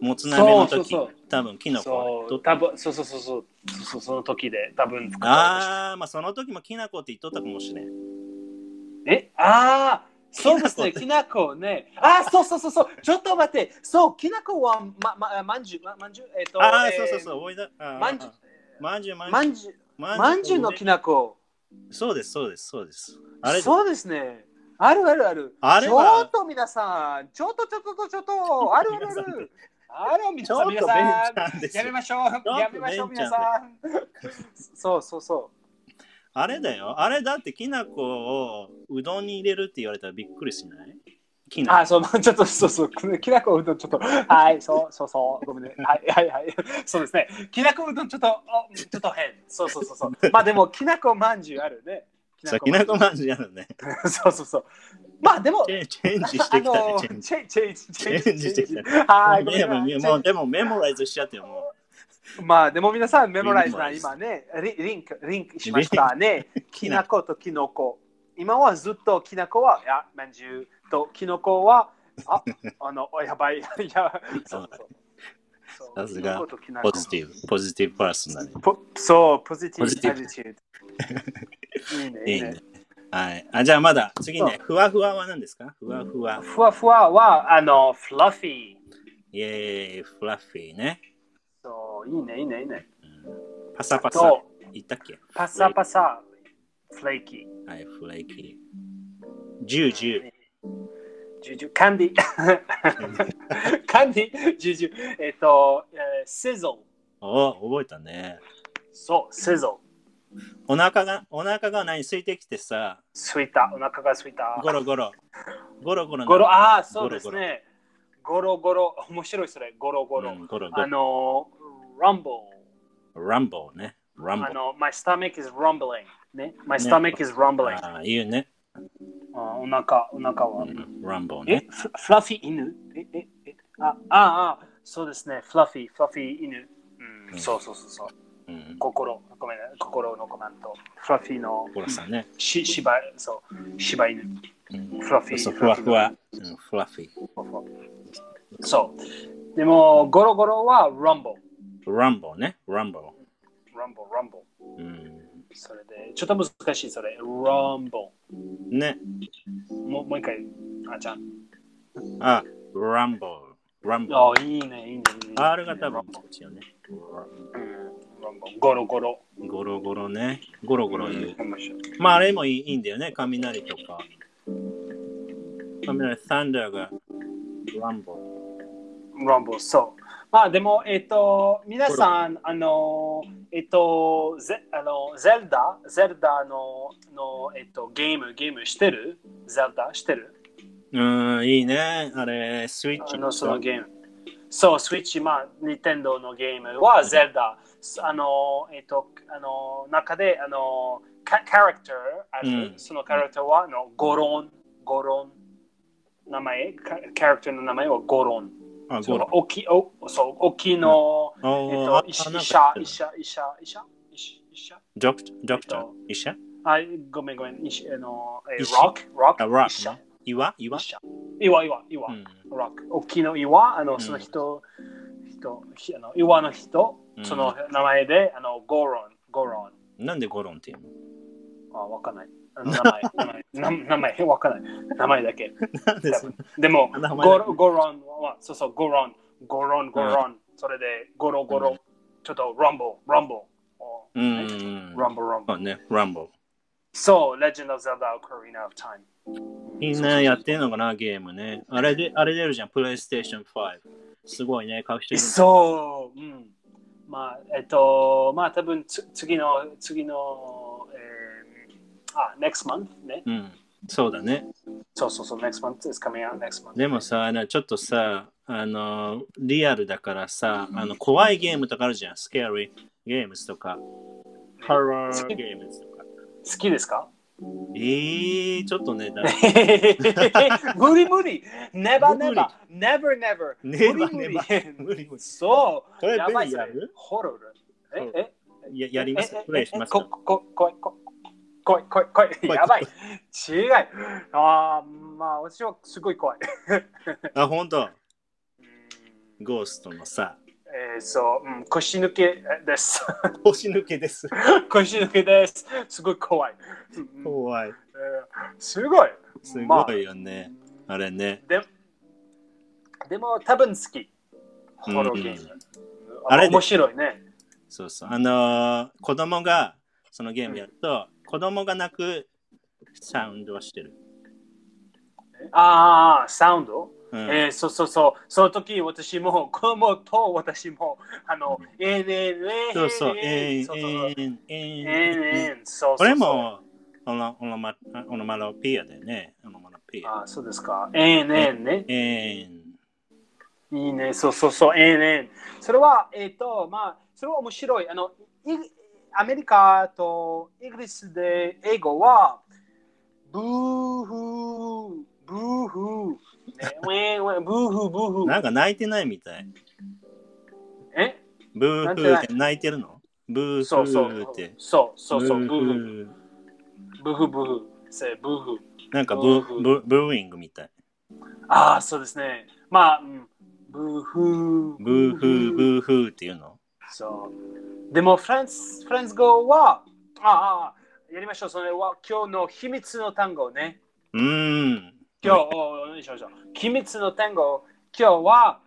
もつ鍋の時、そうそうそう多分キノコそ取うっ多分そうそうそうそうそうそうその時で多分作った私ああ、まあその時もきなこって言っとったかもしれん。えああそうですねきなこねああそうそうそうそうちょっと待ってそうきなこはまままんじゅうままんじゅうえっ、とああ、えーそうそうそう、おいだ。あーまんじゅうまんじゅう、まんじゅまう。んじゅうまんじゅうのきなこそうです、そうです、そうです。あれ、そうですねあるあるあるあれちょはっと皆さんちょっとちょっとちょっとあるあるあるある皆ちょさっんとベン皆ちさんゃんですやめよ。ましょうとやめましょうベンちゃ皆んさんそうそうそうあれだよ。あれだってきなこをうどんに入れるって言われたらびっくりしないきなあ、そう、まあちょっと、そうそう、きなこうどん、ちょっと、はい、そう、そう、そう、ごめんね、はい、はい、はい、 そうですね。きなこうどん、ちょっと、おちょっと変、そう、そう、そう、そう、まあ、でも、きなこまんじゅうあるね。こ。きなこまんじゅうやるね。 そう、そう、そう。まあ、でもチ、ェンチェンジしてきたね、チェンジ。チェンジ、チェンジ、チチェンジしてきたね。はい、ごもうめんねなもさうねいもうでもメモライズしちゃってよ、もう。まあ、でも、皆さん、メモライズな、メモラ今ね、リリンク、リンクしましたね。きなこときのこ。今はずっときなこは、や、まんじゅうときのこは、あ、あの、おやばい、 いや、そうそう。さすがそうきなこポとジティブ、ポジティブパーソンだね。きなこポそう、ポジティポジテブアィブティチュード。いいね、いいいいねね。。はい。あ、じゃあまだ次そね。ふわふわは何ですかふわふわ。ふわふわは、あの、フラフィー。イェーイ、フラッフィーね。そう、いいね、いいね、いいね。パサパサ。と、言ったっけパサパサ、フレーキー。はい、フレーキー。ジュージュー。ジュジュ、カン ディ。カンディ、ジュジュ。えっと、えーシゾお覚えたね。ル。そう、シゾル。お腹が、お腹が何空いてきてさ、すいた、お腹がすいた。ゴロゴロ。ゴロゴロな。ゴロ、ああ、そうですね。ゴロゴロ、面白いそれ、ゴロゴゴロ。ロ。ゴロゴあの、rumble。ロ。ランボーね。ランボあー。の、my stomach is rumbling。ね。my stomach is rumbling。ああ、言うね。あお腹、お腹は。ランボーえね。、フフラフィ犬え、え、え、あ、あ、あ、そうですね。フラフィ、フラフィ犬。う、うんんそうそうそうそう。うん。心、ごめんね。心のコメント。フラフィのゴロさんね。し、しば、そう、しば犬。うんフラフィーそうふわふわ。うんフラッフィー。そう。でも、ゴロゴロは rumble。ランボーね。ランボー。 rumble、rumble。うんそれで、ちょっと難しいそれ。rumble。ね。もうもう一回、あちゃん。あ、ランボー。ランボー。あ、いいね、いいね。いいね R が多分うこっちよね。んランボゴロゴロ。ゴロゴロね。ゴロゴロ言う。面白いまああれもいいいいんだよね。雷とか。雷、サンダーがランボランボそう。まあでも、えっ、と、皆さん、あの、えっ、と、ゼあのゼルダ、ゼルダのの、えっとゲーム、ゲームしてるゼルダしてるー。うーん、いいね。あれ、スイッあチのそのゲーム。そう、スイッチ、まあ、ニンテンドーのゲームはゼルダ。あの、えっと、あの、中で、あの、キャキャラクターある、うんそのキャラクターは、あの、ゴロン、ゴロン。名前、キャキャラクターの名前はゴロン。あ、そゴのロ。大きい、おそう、大きいの、あーえっあと、医あ者、なん医者、か言医者、って医者、医者、医者医者たドクター、ドクタえーっと、医者あ、ごめんごめん、医者、あの、え医ー、者ロック、ロあ、ッラク、医ッ者ク、ね。岩岩医者。岩、岩、岩う、んロック。大きいの岩、あうの、んその人、人、ひあの岩の人う、んその名前で、あの、ゴロン、ゴロン。なんでゴロンっていう のあ、わかんない。 あの名前、名前な、名前、わかんない。名前だけ。なんでそのでも、名前だけゴロゴロンは、そうそう、ゴロン、ゴロン、ゴロン、それで、ゴロゴうロ、ちょっと、ランボー、ランボうー。ーん。ランボー、ランボそうね、ランボー。そう、Legend of Zelda Ocarina of Time。みんなやってんのかな、ゲームね。あれで、あれ出るじゃん、プレイステーション5。すごいね、買う人いる mm, そう、うん。まあ、えっと、まあ、多分つ次の、次の、えー、あ、next ah, month ね。うん。そうだね。そうそうそう、next month is coming out next month. でもさ、あのちょっとさ、あの、リアルだからさ、あの、怖いゲームとかあるじゃん。スケーリーゲームズとか、ハローゲームズとか。好きです かえー、ちょっとね、だね無理無理 !Never 無理 never! Never never! ネ無 バ理無ネ理バ。 無理無理。そうこれやばいベリーやそれるホロホルロ。ルえ、え、ややりますええプレイしますえこ、こ、こ、こ、こい、こい、こい、怖いやばい。違い。ああ、まあ、私はすごい怖い。あ、本当うんゴーストのさ、えー、そう、うん、腰抜けです。 腰抜けです。腰抜けです。すごい怖い。うんうん怖い。えーすごい。すまあごいよね。あれね。ででも、多分好き。ホロゲーム。あれで面白いね。そうそう。あのー子供がそのゲームやると、子供が泣くサウンドはしてる。ああ、サウンド、うんえーそうそうそう。その時私も、子供と私も、あの、えーねーねーそうそう。ええーー、そうそうそうえー、ええー、ーえー。ねーそうそうそうこれ。もオノオノマオノマロピアだよね。オノマロピア。あーそうですか。えーねーね。えー、いいね。そうそうそう。えーねー。それは、えっ、と、まあ、それは面白い。あの、いアメリカとイギリスで英語は、ブーフー、ブーフー、ね、ウェーウェーブーフー、ブーフなー。んか泣いてないみたい。えブーフーって泣いてるのブーそうフそーうって。。そうそうそう、ブブーフー。ーフーブフブフ、せブフ。なんかブブーフーーブーブーイングみたい。ああ、そうですね。まあ、うんブフ。ブーフー、ブーフーっていうのそう。でも、フランス、フランス語は、ああああ、やりましょう。それは今日の秘密の単語ね。うーん。今日、お何しましょう。秘密の単語、今日は、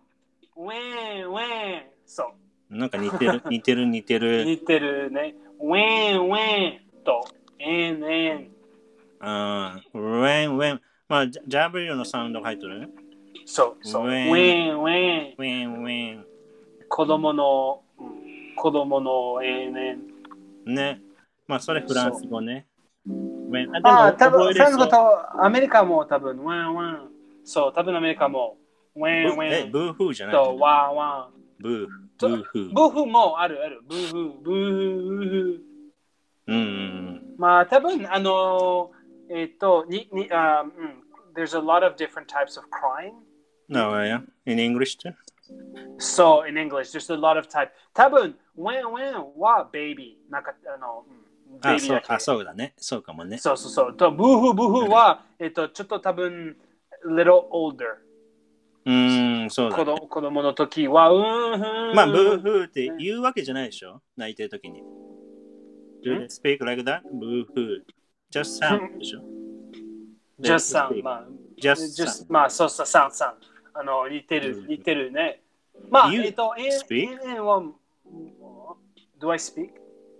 ウェーン、ウェーン。そなんか似 てる、似てる、似てう。る。似てるね。ウェーン、ウェーンと、エン、エン。うん。ウェン、ウェン。まあ、ジャジャブリルのサウンドが入ってる。そう、そう。ウウェーェンーン、ウェーン。ウェン、ウェ子供の、うん子供の、エン、エン。ン。ね。まあ、それフランス語ね。ウェン。あ、でもあ、多分覚えフランスれそ語うとアメリカも多分、ワンワン。そう、多分アメリカも、ワンブワえ、ンブーフーじゃないとワンワン。ブー、ブーフー。ブーフもあるある。ブーフ、ブーフ。うんうんまあ多分、あの、えっと、に、に、あうん。There's a lot of different types of crime. うん。なあ、や。In English too? So, in English, there's a lot of type. 多分、ワンワンは baby。なんか、あの、うんあ、 baby そうだ、けあ、そうだね。そうかもね。そうそうそう。と、ブーフ、ブーフは、えっと、ちょっと多分、little older。うーん、そうだ子ね。供子供の時は、うーん。まあ、ブーフーって言うわけじゃないでしょ泣いてるときに。Do they speak like that? ブーフー。just sound でしょ just sound。まあ、 just just sound. まあ、そうそう、sound、sound。あの、似てるう、ん似てるね。まあ、 You えっと、え、 speak? え、え、は、do I speak?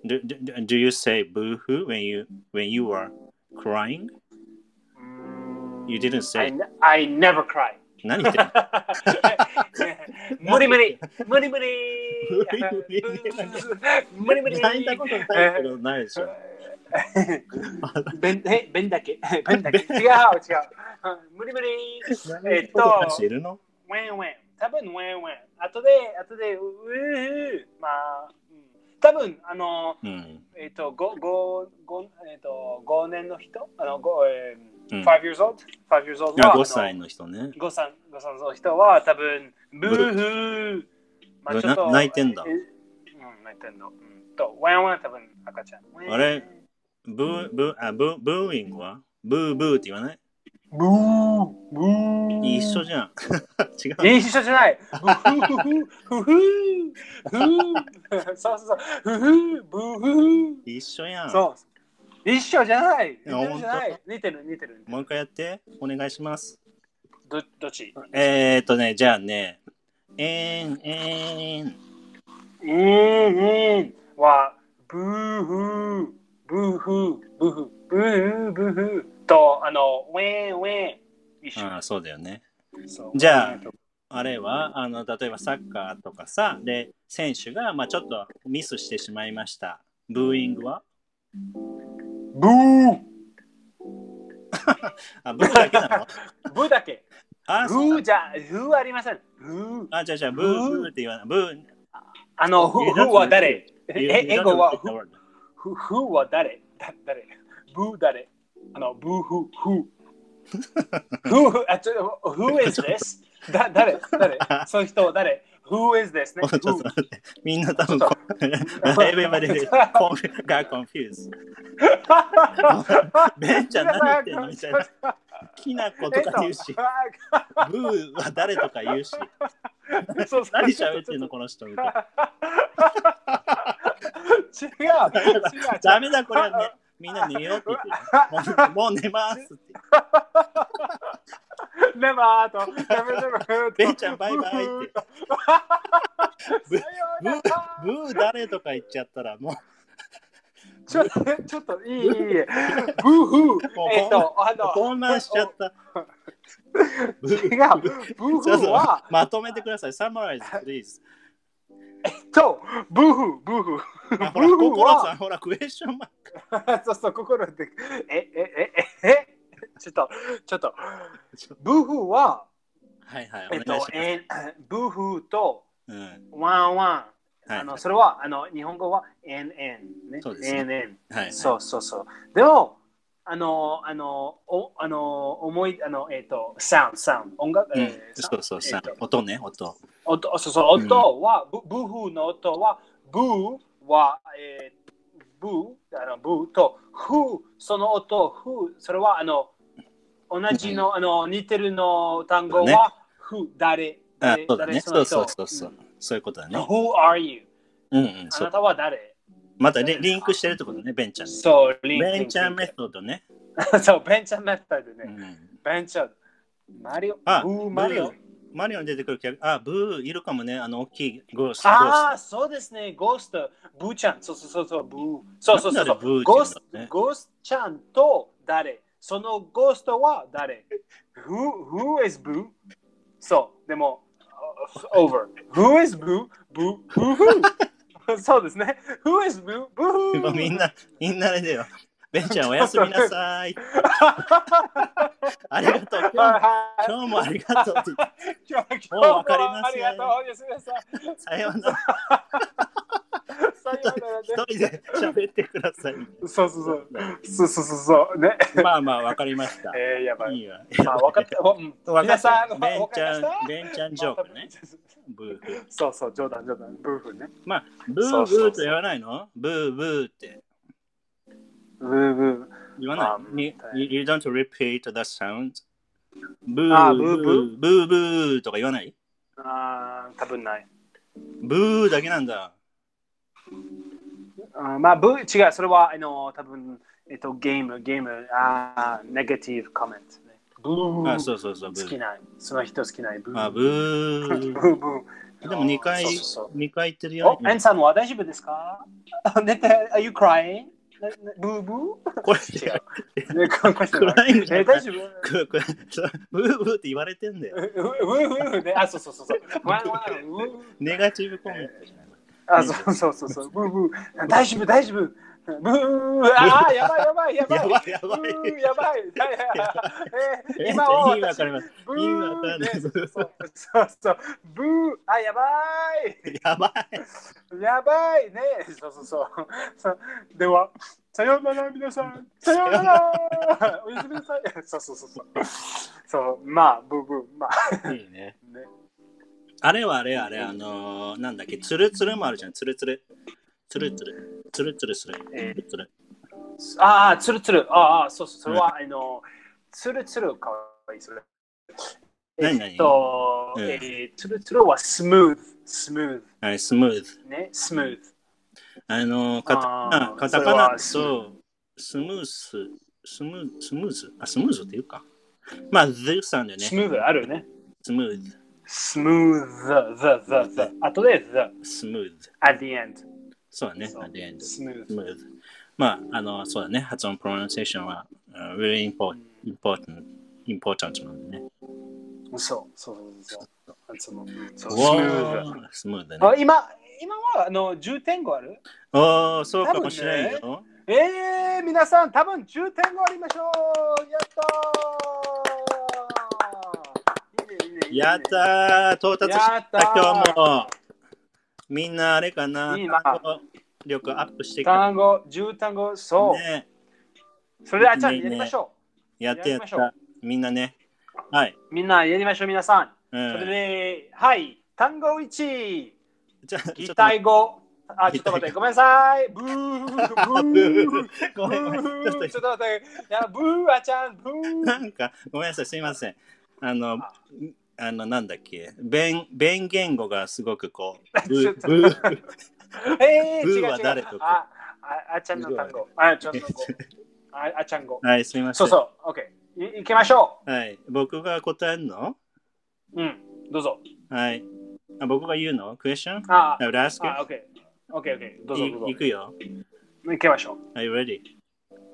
Do, do, do you say boo hoo when you when you are crying? You didn't I, say ne- I never cry. 何言ってる無理無理無理無理無理無理無理無理泣いたことないけどないでしょ。ベンえベンだけベンだけ違う違う無理無理えっと友達いるのウェンウェン。多分ウェンウェン。あとで、あとで、うううまあ、うん、多分あの、うん。えっ、と、ごごごえっ、と、5年の人、あの、ごえうー、ん5 years old? 5 years old は、あ5歳の。の人ね。 5歳5歳の人は、多分ブーフー。な泣いてんだえうん、泣いてんの。うん、と、ウェンウェン、多分赤ちゃん。あれブー、ブー、あ、ブー、ブーイングはブーブーって言わないブー、ブー。一緒じゃん。 違う。一緒じゃない。ふふふふふふ。そうそうそう。ふふブフ一緒やん。フ。そう。一緒じゃない。や似てるじゃない本。似てる似てる。もう一回やって。お願いします。どどっち？えー、っとね、じゃあね。えーん、えーん。うんうんはブーフーブーフーブーフーブーフーブーフーとあのウェンウェン一緒。ああ、そうだよね。そうじゃああれはあの例えばサッカーとかさで選手が、まあ、ちょっとミスしてしまいましたブーイングはブーあブーだ けなのブーだけあそうブーじゃ、ブーはありません。ブー。あじゃあじゃあブーブーって言わないブーあの、フいやーは誰ええ、英語はフーフーフーは誰だ誰ブー誰あの、ブーフー フー。フーフー、あ、ちょ、who is this? だ、誰 誰そういう人は誰 ?who is this ねちょっと待ってみんな多分ちょっこ everybody con- got confused ベンちゃん何言ってんの みたいなきなことか言うしブーは誰とか言うし何喋ってんのこの人みたいな違う違う ダメだこれはねみんな寝ようって言ってるもうもう寝ますってネバーとダメだろベンちゃんバイバ イってブーブーブー誰とか言っちゃったらもうちょっとちょっといいいいいいブーフーもうえっとあの混乱しち ゃったブ違ーうブーちょっフーとはまとめてくださいサマライズ please とブーフーブーフあーほブーらフー心さはんほらクエスチョンマークそうそう心でえええええ ちょっとちょっとブーフーははいはいえっお願いしとます、えブーフーとうんワンワンはいあのそれはあの日本語は NN ね。そうですね NN。はいはいそうそうそう。でも、あの、あの、おあの思い、あの、えっ、と、サウンド、サウンド、音楽、うえんーサそうそうそうえーと音ね音音そうそう、音は、ブブーフーの音は、ブーは、えー、ブー、あのブーと、フー、その音、フー、それは、あの、同じの、あの、似てるの単語は、ねフー、誰、あ誰、そうだね誰そうのそう人そうそううんそういうことだね Who are you? うんうんあそなうたは誰またリリンクしてるってことねベンちゃんそう、リンベンチャーリンメソッドね、 そう、ベンチャーメタルね。うん、ベンチャー。マリオ。あブーマリブオー。マリオに出てくるキャラあブーいるかもねあの大きいゴーストああ、そうですね。ゴースト。ブーちゃん。そうそうそうそう。ブー。そうそうそなうんそう。だろブーちゃんゴーストだね。ゴーストちゃんと誰そのゴーストは誰 who, ?Who is Boo? そう。でも、uh, over。Who is Boo? Boo? Boo who? そうですね。Who is Boo? Boo ゴースト who? みんなみんなあれだよベ ンちゃんおやすみなさいありがとう今日も今日もありがとうって言って今日もうわかりますありがとう。おやすみなさい。さようならさようならね一人で喋ってくださいそうそうそう。そうそうそうそう。ね。まあまあわかりましたえー、やばい。いいわまあ、分かった。うん皆さん、ベンわちかりまゃしたんベンちゃんジョークね。ブーそうそう、冗談、冗談。ブーフーね。まあブそうーブそうそうーと言わないのブーブーってブーブ言わない、まあうん you, you don't repeat the sound ブーあーブブーーブーブーブーとか言わないー。あー多分ない。ブーだけなんだうんまあ、ブー、違う。それは、あの、多分えっと、ゲーム、ゲーム、あーネガティブコメントね。ブあー。そうそうそうブ好きーない。その人好きない。ブあー。ブーブーブー。でも2回そうそうそう二回言ってるよお、エンさんは大丈夫ですかあ寝て、Are you crying? ななブーブこれー違う。 ねこの人は 暗いんじゃなえ、い大丈夫くくそうブーブーって言われてんだようううううね、あ、そうそうそうそう。ワンワンううネガティブコメントじゃないあ、そうそうそうそう。ブーブー。大丈夫、大丈夫。ブー。あー、やばい、やばい、やばい。やばいやばいブーやばい。はいはいはいええー今を意味わ私かりますブ意味わかーんないねそうそうそう。ブー。あ、やばい。やばいやばいね。そうそうそう。さでは、さようなら、皆さん。さようなら。おやすみなさい。そうそうそうそう。そう、まあ、ブーブー、まあ、いいねね。あれはあれあれ、あのー、なんだっけ、つるつるもあるじゃん、つるつる。つるつる。つるつるする。えーつるつる。ああ、つるつる。ああ、そうそう、それは、あの、つるつるかわいい、それ。何何えっと、うんえー、つるつるはスムーズ、スムーはい、スムーズ。ズ、ね、スムーズ。あのー、カタカあーナ、カタそれカナはとスムース、スムースムーズ。あ、スムーズっていうか。まあ、ズさんだよスね。ムーズあるよね。スムーズ。スムーズ、ザ、ザ、ザ。あとで、ザ、スムーズ。 at the end。そうだねそ、う at the end. ススムーズ。ムーズ。まあ、あの、そうだね、発音、プロナンセーションは、uh, really important, important, important なんでね。そうそうそうそう。その、うんそうおスムーズ。ースムーズだねあ。今、今はあの10点語あるおー、そうかもしれないよ。えー、皆さん、多分10点語ありましょうやったーいいねいいねいいねやったー到達しやったた今日ーも。みんなあれかな、いいな単語力アップしてく単語、10単語、そう。ね。それでは、じゃあいいねやりましょやってややりまっしょうた。みんなね。はい。う。みんなやりましょう、皆さん。うそれん、で、はい、単語1、じゃあ、擬ちょっと待っ態語。あ、ちょっと待って、ごめんなさい。ブー、ブー、ブー。て。 ごめんなさい。 ちょっちとょっと待って、いやブーアちゃん、ブなー。んか、ごめんなさい。すいません。あの、あの、なんだっけ。弁、弁言語がすごくこ う、ブちょっーとブー。えー、ブ違うーは違誰うと。あ、ああちゃんの単語。あちゃんの単語。ああちゃん語。はい、すいませそん。うそう、オッケー。い行きましょはい。僕が答えるのう。うん、どうぞ。はい。あ僕が言うのクエスチョンあ、 I would ask あ you. オッケー。オッケー、オッケー。どうぞ、どうぞい。行くよ。行きましょ Are you ready?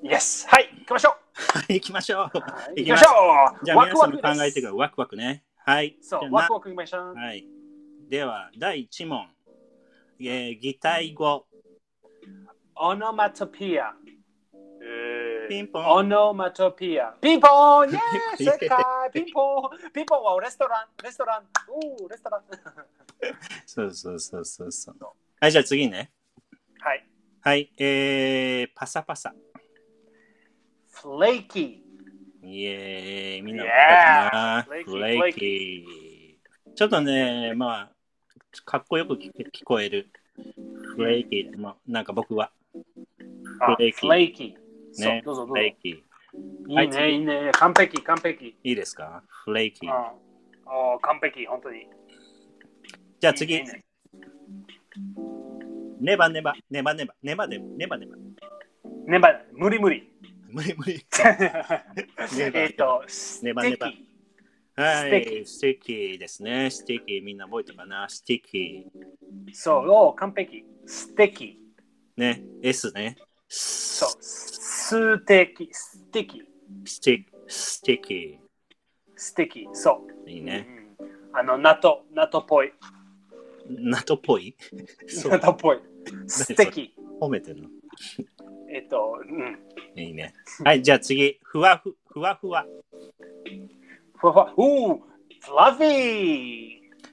う。Yes。はい、行きましょう。はい行きましょう。はい行行ききままししょょう。じゃあ皆さワクワクんもです考えてください。ワクワクね。はい。そじゃあう、なワクワク行きましょう。はい。では、第1問。えー、擬態語。オノマトピア。えーピンポンオノマトピア。ピンポ ンイェーイピンポン正解ピンポンピンポンはレストランレストランおーレストラン そうそうそうそうそう。はい、じゃあ次ね。はい。はい。えー、パサパサ。フレイキイエーイ。みんな分かったな。 Yeah フレイキー。ちょっとね、まあ、かっこよく聞け聞こえる。フレイキー。まあ、なんか僕は。ー。フレイキーフレイキー。ね。そうどうぞどフうぞ。レいイキー。いはいね、いいね。完璧、完璧。いいですかフレイキうーん。おー完璧、本当に。じゃあ次いい。ねネバネバ、ネバネバ、ネバネバ、ネバネバ。ネバ、無理無理。無理無理。ネバえっと、ステネバネィバキ。は Sticky い、スティキーですね。スティキー、みんな覚えたかなスティキー。そう、おー完璧。ステキ。ね、S ね。そうスス、テキ、ステキ。スティスティキ素敵そ。ー。いういね。うんうん。あの、ナト、ナトっぽい。ナトっぽ いそうナ、トっぽい。素敵褒めてるの。えっと、うん。いいね。はい、じゃあ次。ふわふ、ふわふわ。ふわふわ。うー、フラフィー。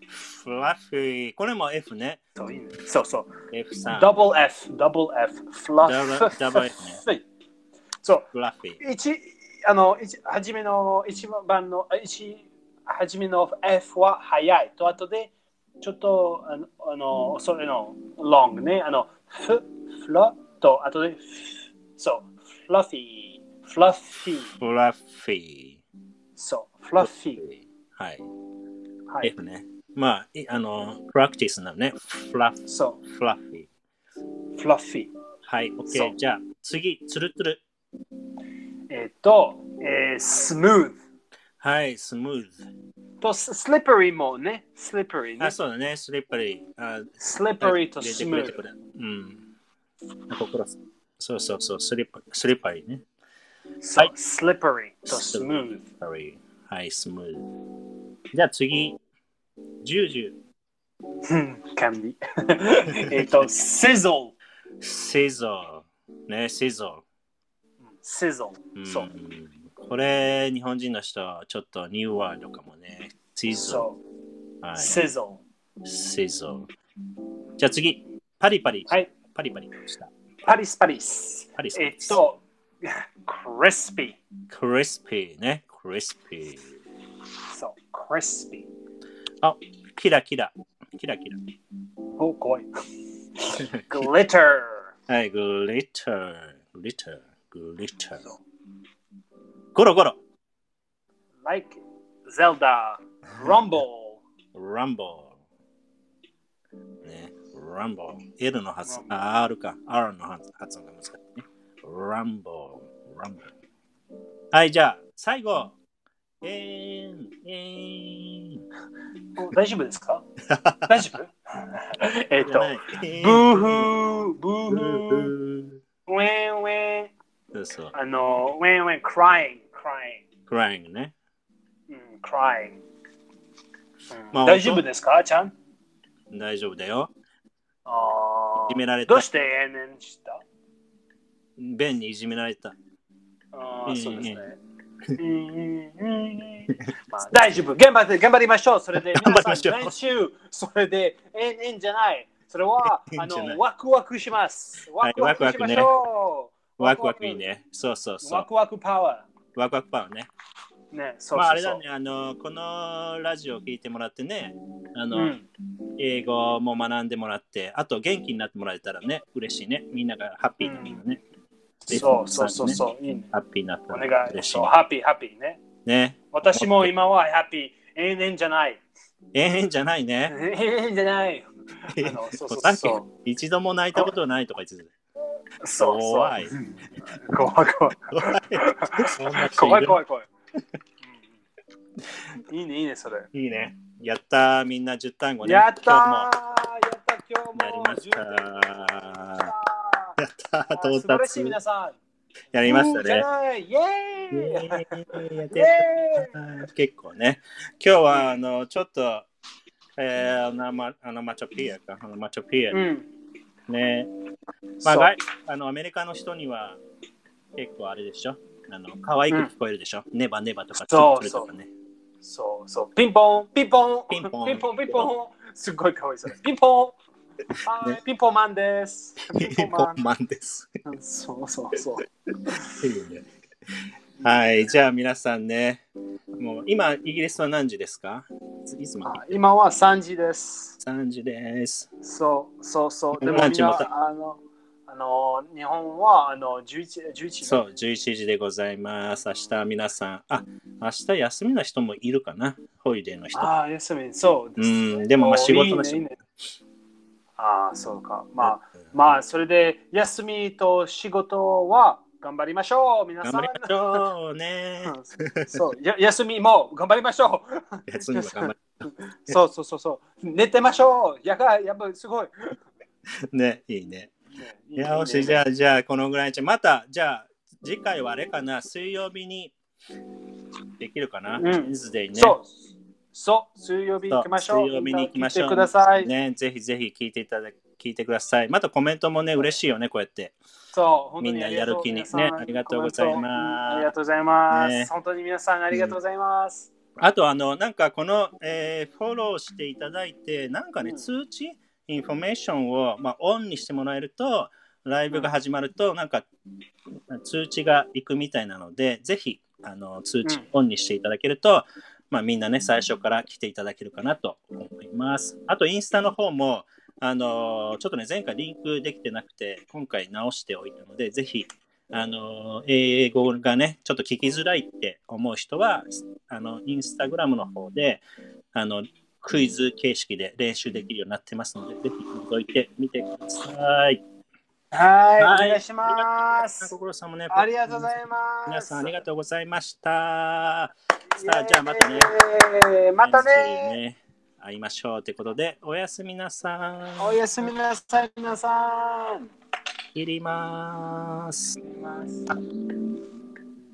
ふわふい。これも F ね。そういいねそうそう。 F さん。ダブル F、ダブル F、フラダブダブル F ねフィー。 そう。フラフィー。一、あの、一、初めの、一番の、あ一、初めの F は早いと、後で、ちょっと、あの、あのそれの、ロングね、あの、ふ、フラと、後で、ふそう、フラフィー、フラフィー、フラフィー。そう、フラフィー。はい。はい、 F ね。まあ、いあの、プラクティスなのね。フラフ、そフラフィー。う、フラフィー。はい、そ OK。うじゃあ、次、つるつる。えっと、えー、スムーズ。はい、スムーズ。と、ススリッパリーもね、スリッパリーねあ、。そうだね、スリッパリー。あスリッパリーと出スてムくれーてズく。れ。うん。心そうそうそう、スリッパスリッパリーね。そはう、スリッパリーとスムーズ。ズ。はい、スムーズ。じゃあ次、ジュージ うん管 理。えっと、シゾュ。シゾー。ね、シゾル。シゾー。。ル。そうんこれ、日本人の人、ちょっとニューワードかもね。シゾそう。ー。はい。シゾシゾー。じゃあ次、パリパリ。ル。はい。パリパリした。パリスパリス。パリスパえっリ と、クリスピクリスピーね。クリスピー。ー。そう、クリスピー。あ、キラキラ。キラキラ。お、怖い。グリッター。はい、グリッター。グリッター。グリッター。ゴロゴロ。 Like Zelda。Rumble。ランボー。ね。ランボー。L の発音。あ、R か。R の発発音が難しいね。ランボー。ランボー。はい、じゃあ、最後。えーん、えーん。お大丈夫ですか大 丈夫えっと、えーんブーフー、ブブーーフー。フウェンウェン。ーそうそう。あの、ウェンウェン、crying、crying。 crying ね。うん、crying。まあ大丈夫ですかちゃん大丈夫だよ。あいじーめられたどうして永年したベンにいじめられた。あーいいそうです いいね。うんうんうんまあ大丈夫頑張って頑張りましょうそれで 頑張りま皆しさょうん練習それで永年じゃないそれは 永あ遠じゃないのワクワクしますはワいクワクしましょうワクワクいいね。そうそうそう。ワワククワクパワワクパワーね。ーねそうそうそうまああれだね、あの、このラジオを聞いてもらってね、あうの、ん英語も学んでもらって、あと元気になってもらえたらね、嬉しいね。みんながハッピーになるね。そうそうそうそういいねハッピーになっおた願らい嬉しいそう。ハッピーハッピーねね。私も今はハッピー永年じゃない永遠じゃないね。永 遠じゃないあのそうそうそうもう一度も泣いたことないとか言ってそうそう怖いうん怖い怖いた。そんな人怖いる怖い怖い。うんいいねいいねそれ。いいね。やったーみんな10単語ね。やったーや今った今日も日もやりました10点やったあーー素到晴らしい達皆さん。やりましたうんじゃね。ないイイエーイエーイやっイてエやっーイたー結構ね。今日はあのちょっと、えー、あのまあのマチョピアか、あのマチョピアうん。ね。まあ、そう外あのアメリカの人には結構あれでしょ。あの可愛く聞こえるでしょ。ネバネバとかそうツルツルとかね。そうそう。ピンポンピンポンピンポンピンポンピンポンすっごい可愛いそれ。ピンポンは ねいピンポンマン です。ピンピポンンポマンマンです。ン。そうそうそう。はい、じゃあ皆さんね、もう今、イギリスは何時ですかいつもあ今は3時です。 3時です。そうそうそう。でもランみんチもなあのあの日本はあの11 11時そう、11時でございます。明日皆さん、あ、明日休みの人もいるかな、ホリデーの人。ああ、休み、そううです、ん、でもまあおー仕事のいいねいい人。ねああ、そうか。まあ、まあ、それで休みと仕事は頑張りましょう、皆さ頑ん。張りましょうね。うんそうや休みも頑張りましょう。休みは頑張そうそうそうそう。寝てましょう。やがやっぱすごい。り ね、いいね。ねいいねよし、じゃあ、じゃあ、このぐらいじゃ、また、じゃあ、次回はあれかな、水曜日にできるかな、うんウンズデーね。そう、そう、水曜日行きましょう。水曜日に行きましょう。みんな来てください。ね、ぜひぜひ聞いていただ聞いてください。またコメントもね、嬉しいよね、こうやって。そう、本当みんになありがとうやる気にね皆さんありがとうございますコメントうんありがとうございます。ね本当に皆さんありがとうございます。あと、あの、なんかこの、えーフォローしていただいて、なんかね、うん通知、インフォメーションを、まあ、オンにしてもらえると、ライブが始まると、なんか通知が行くみたいなので、ぜひあの通知うんオンにしていただけると、まあ、みんなね、最初から来ていただけるかなと思います。あと、インスタの方も、あのちょっとね、前回リンクできてなくて、今回直しておいたので、ぜひ、あの英語がね、ちょっと聞きづらいって思う人は、あのインスタグラムの方で、あのクイズ形式で練習できるようになってますので、ぜひ覗いてみてください。はい、はいお願いします。心さんもね、ありがとうございます。皆さんありがとうございました。イエさーあ、イじゃあまたね。。またね。会いましょうということで、おやすみなさい。おやすみなさい、皆さん。切ります。切ります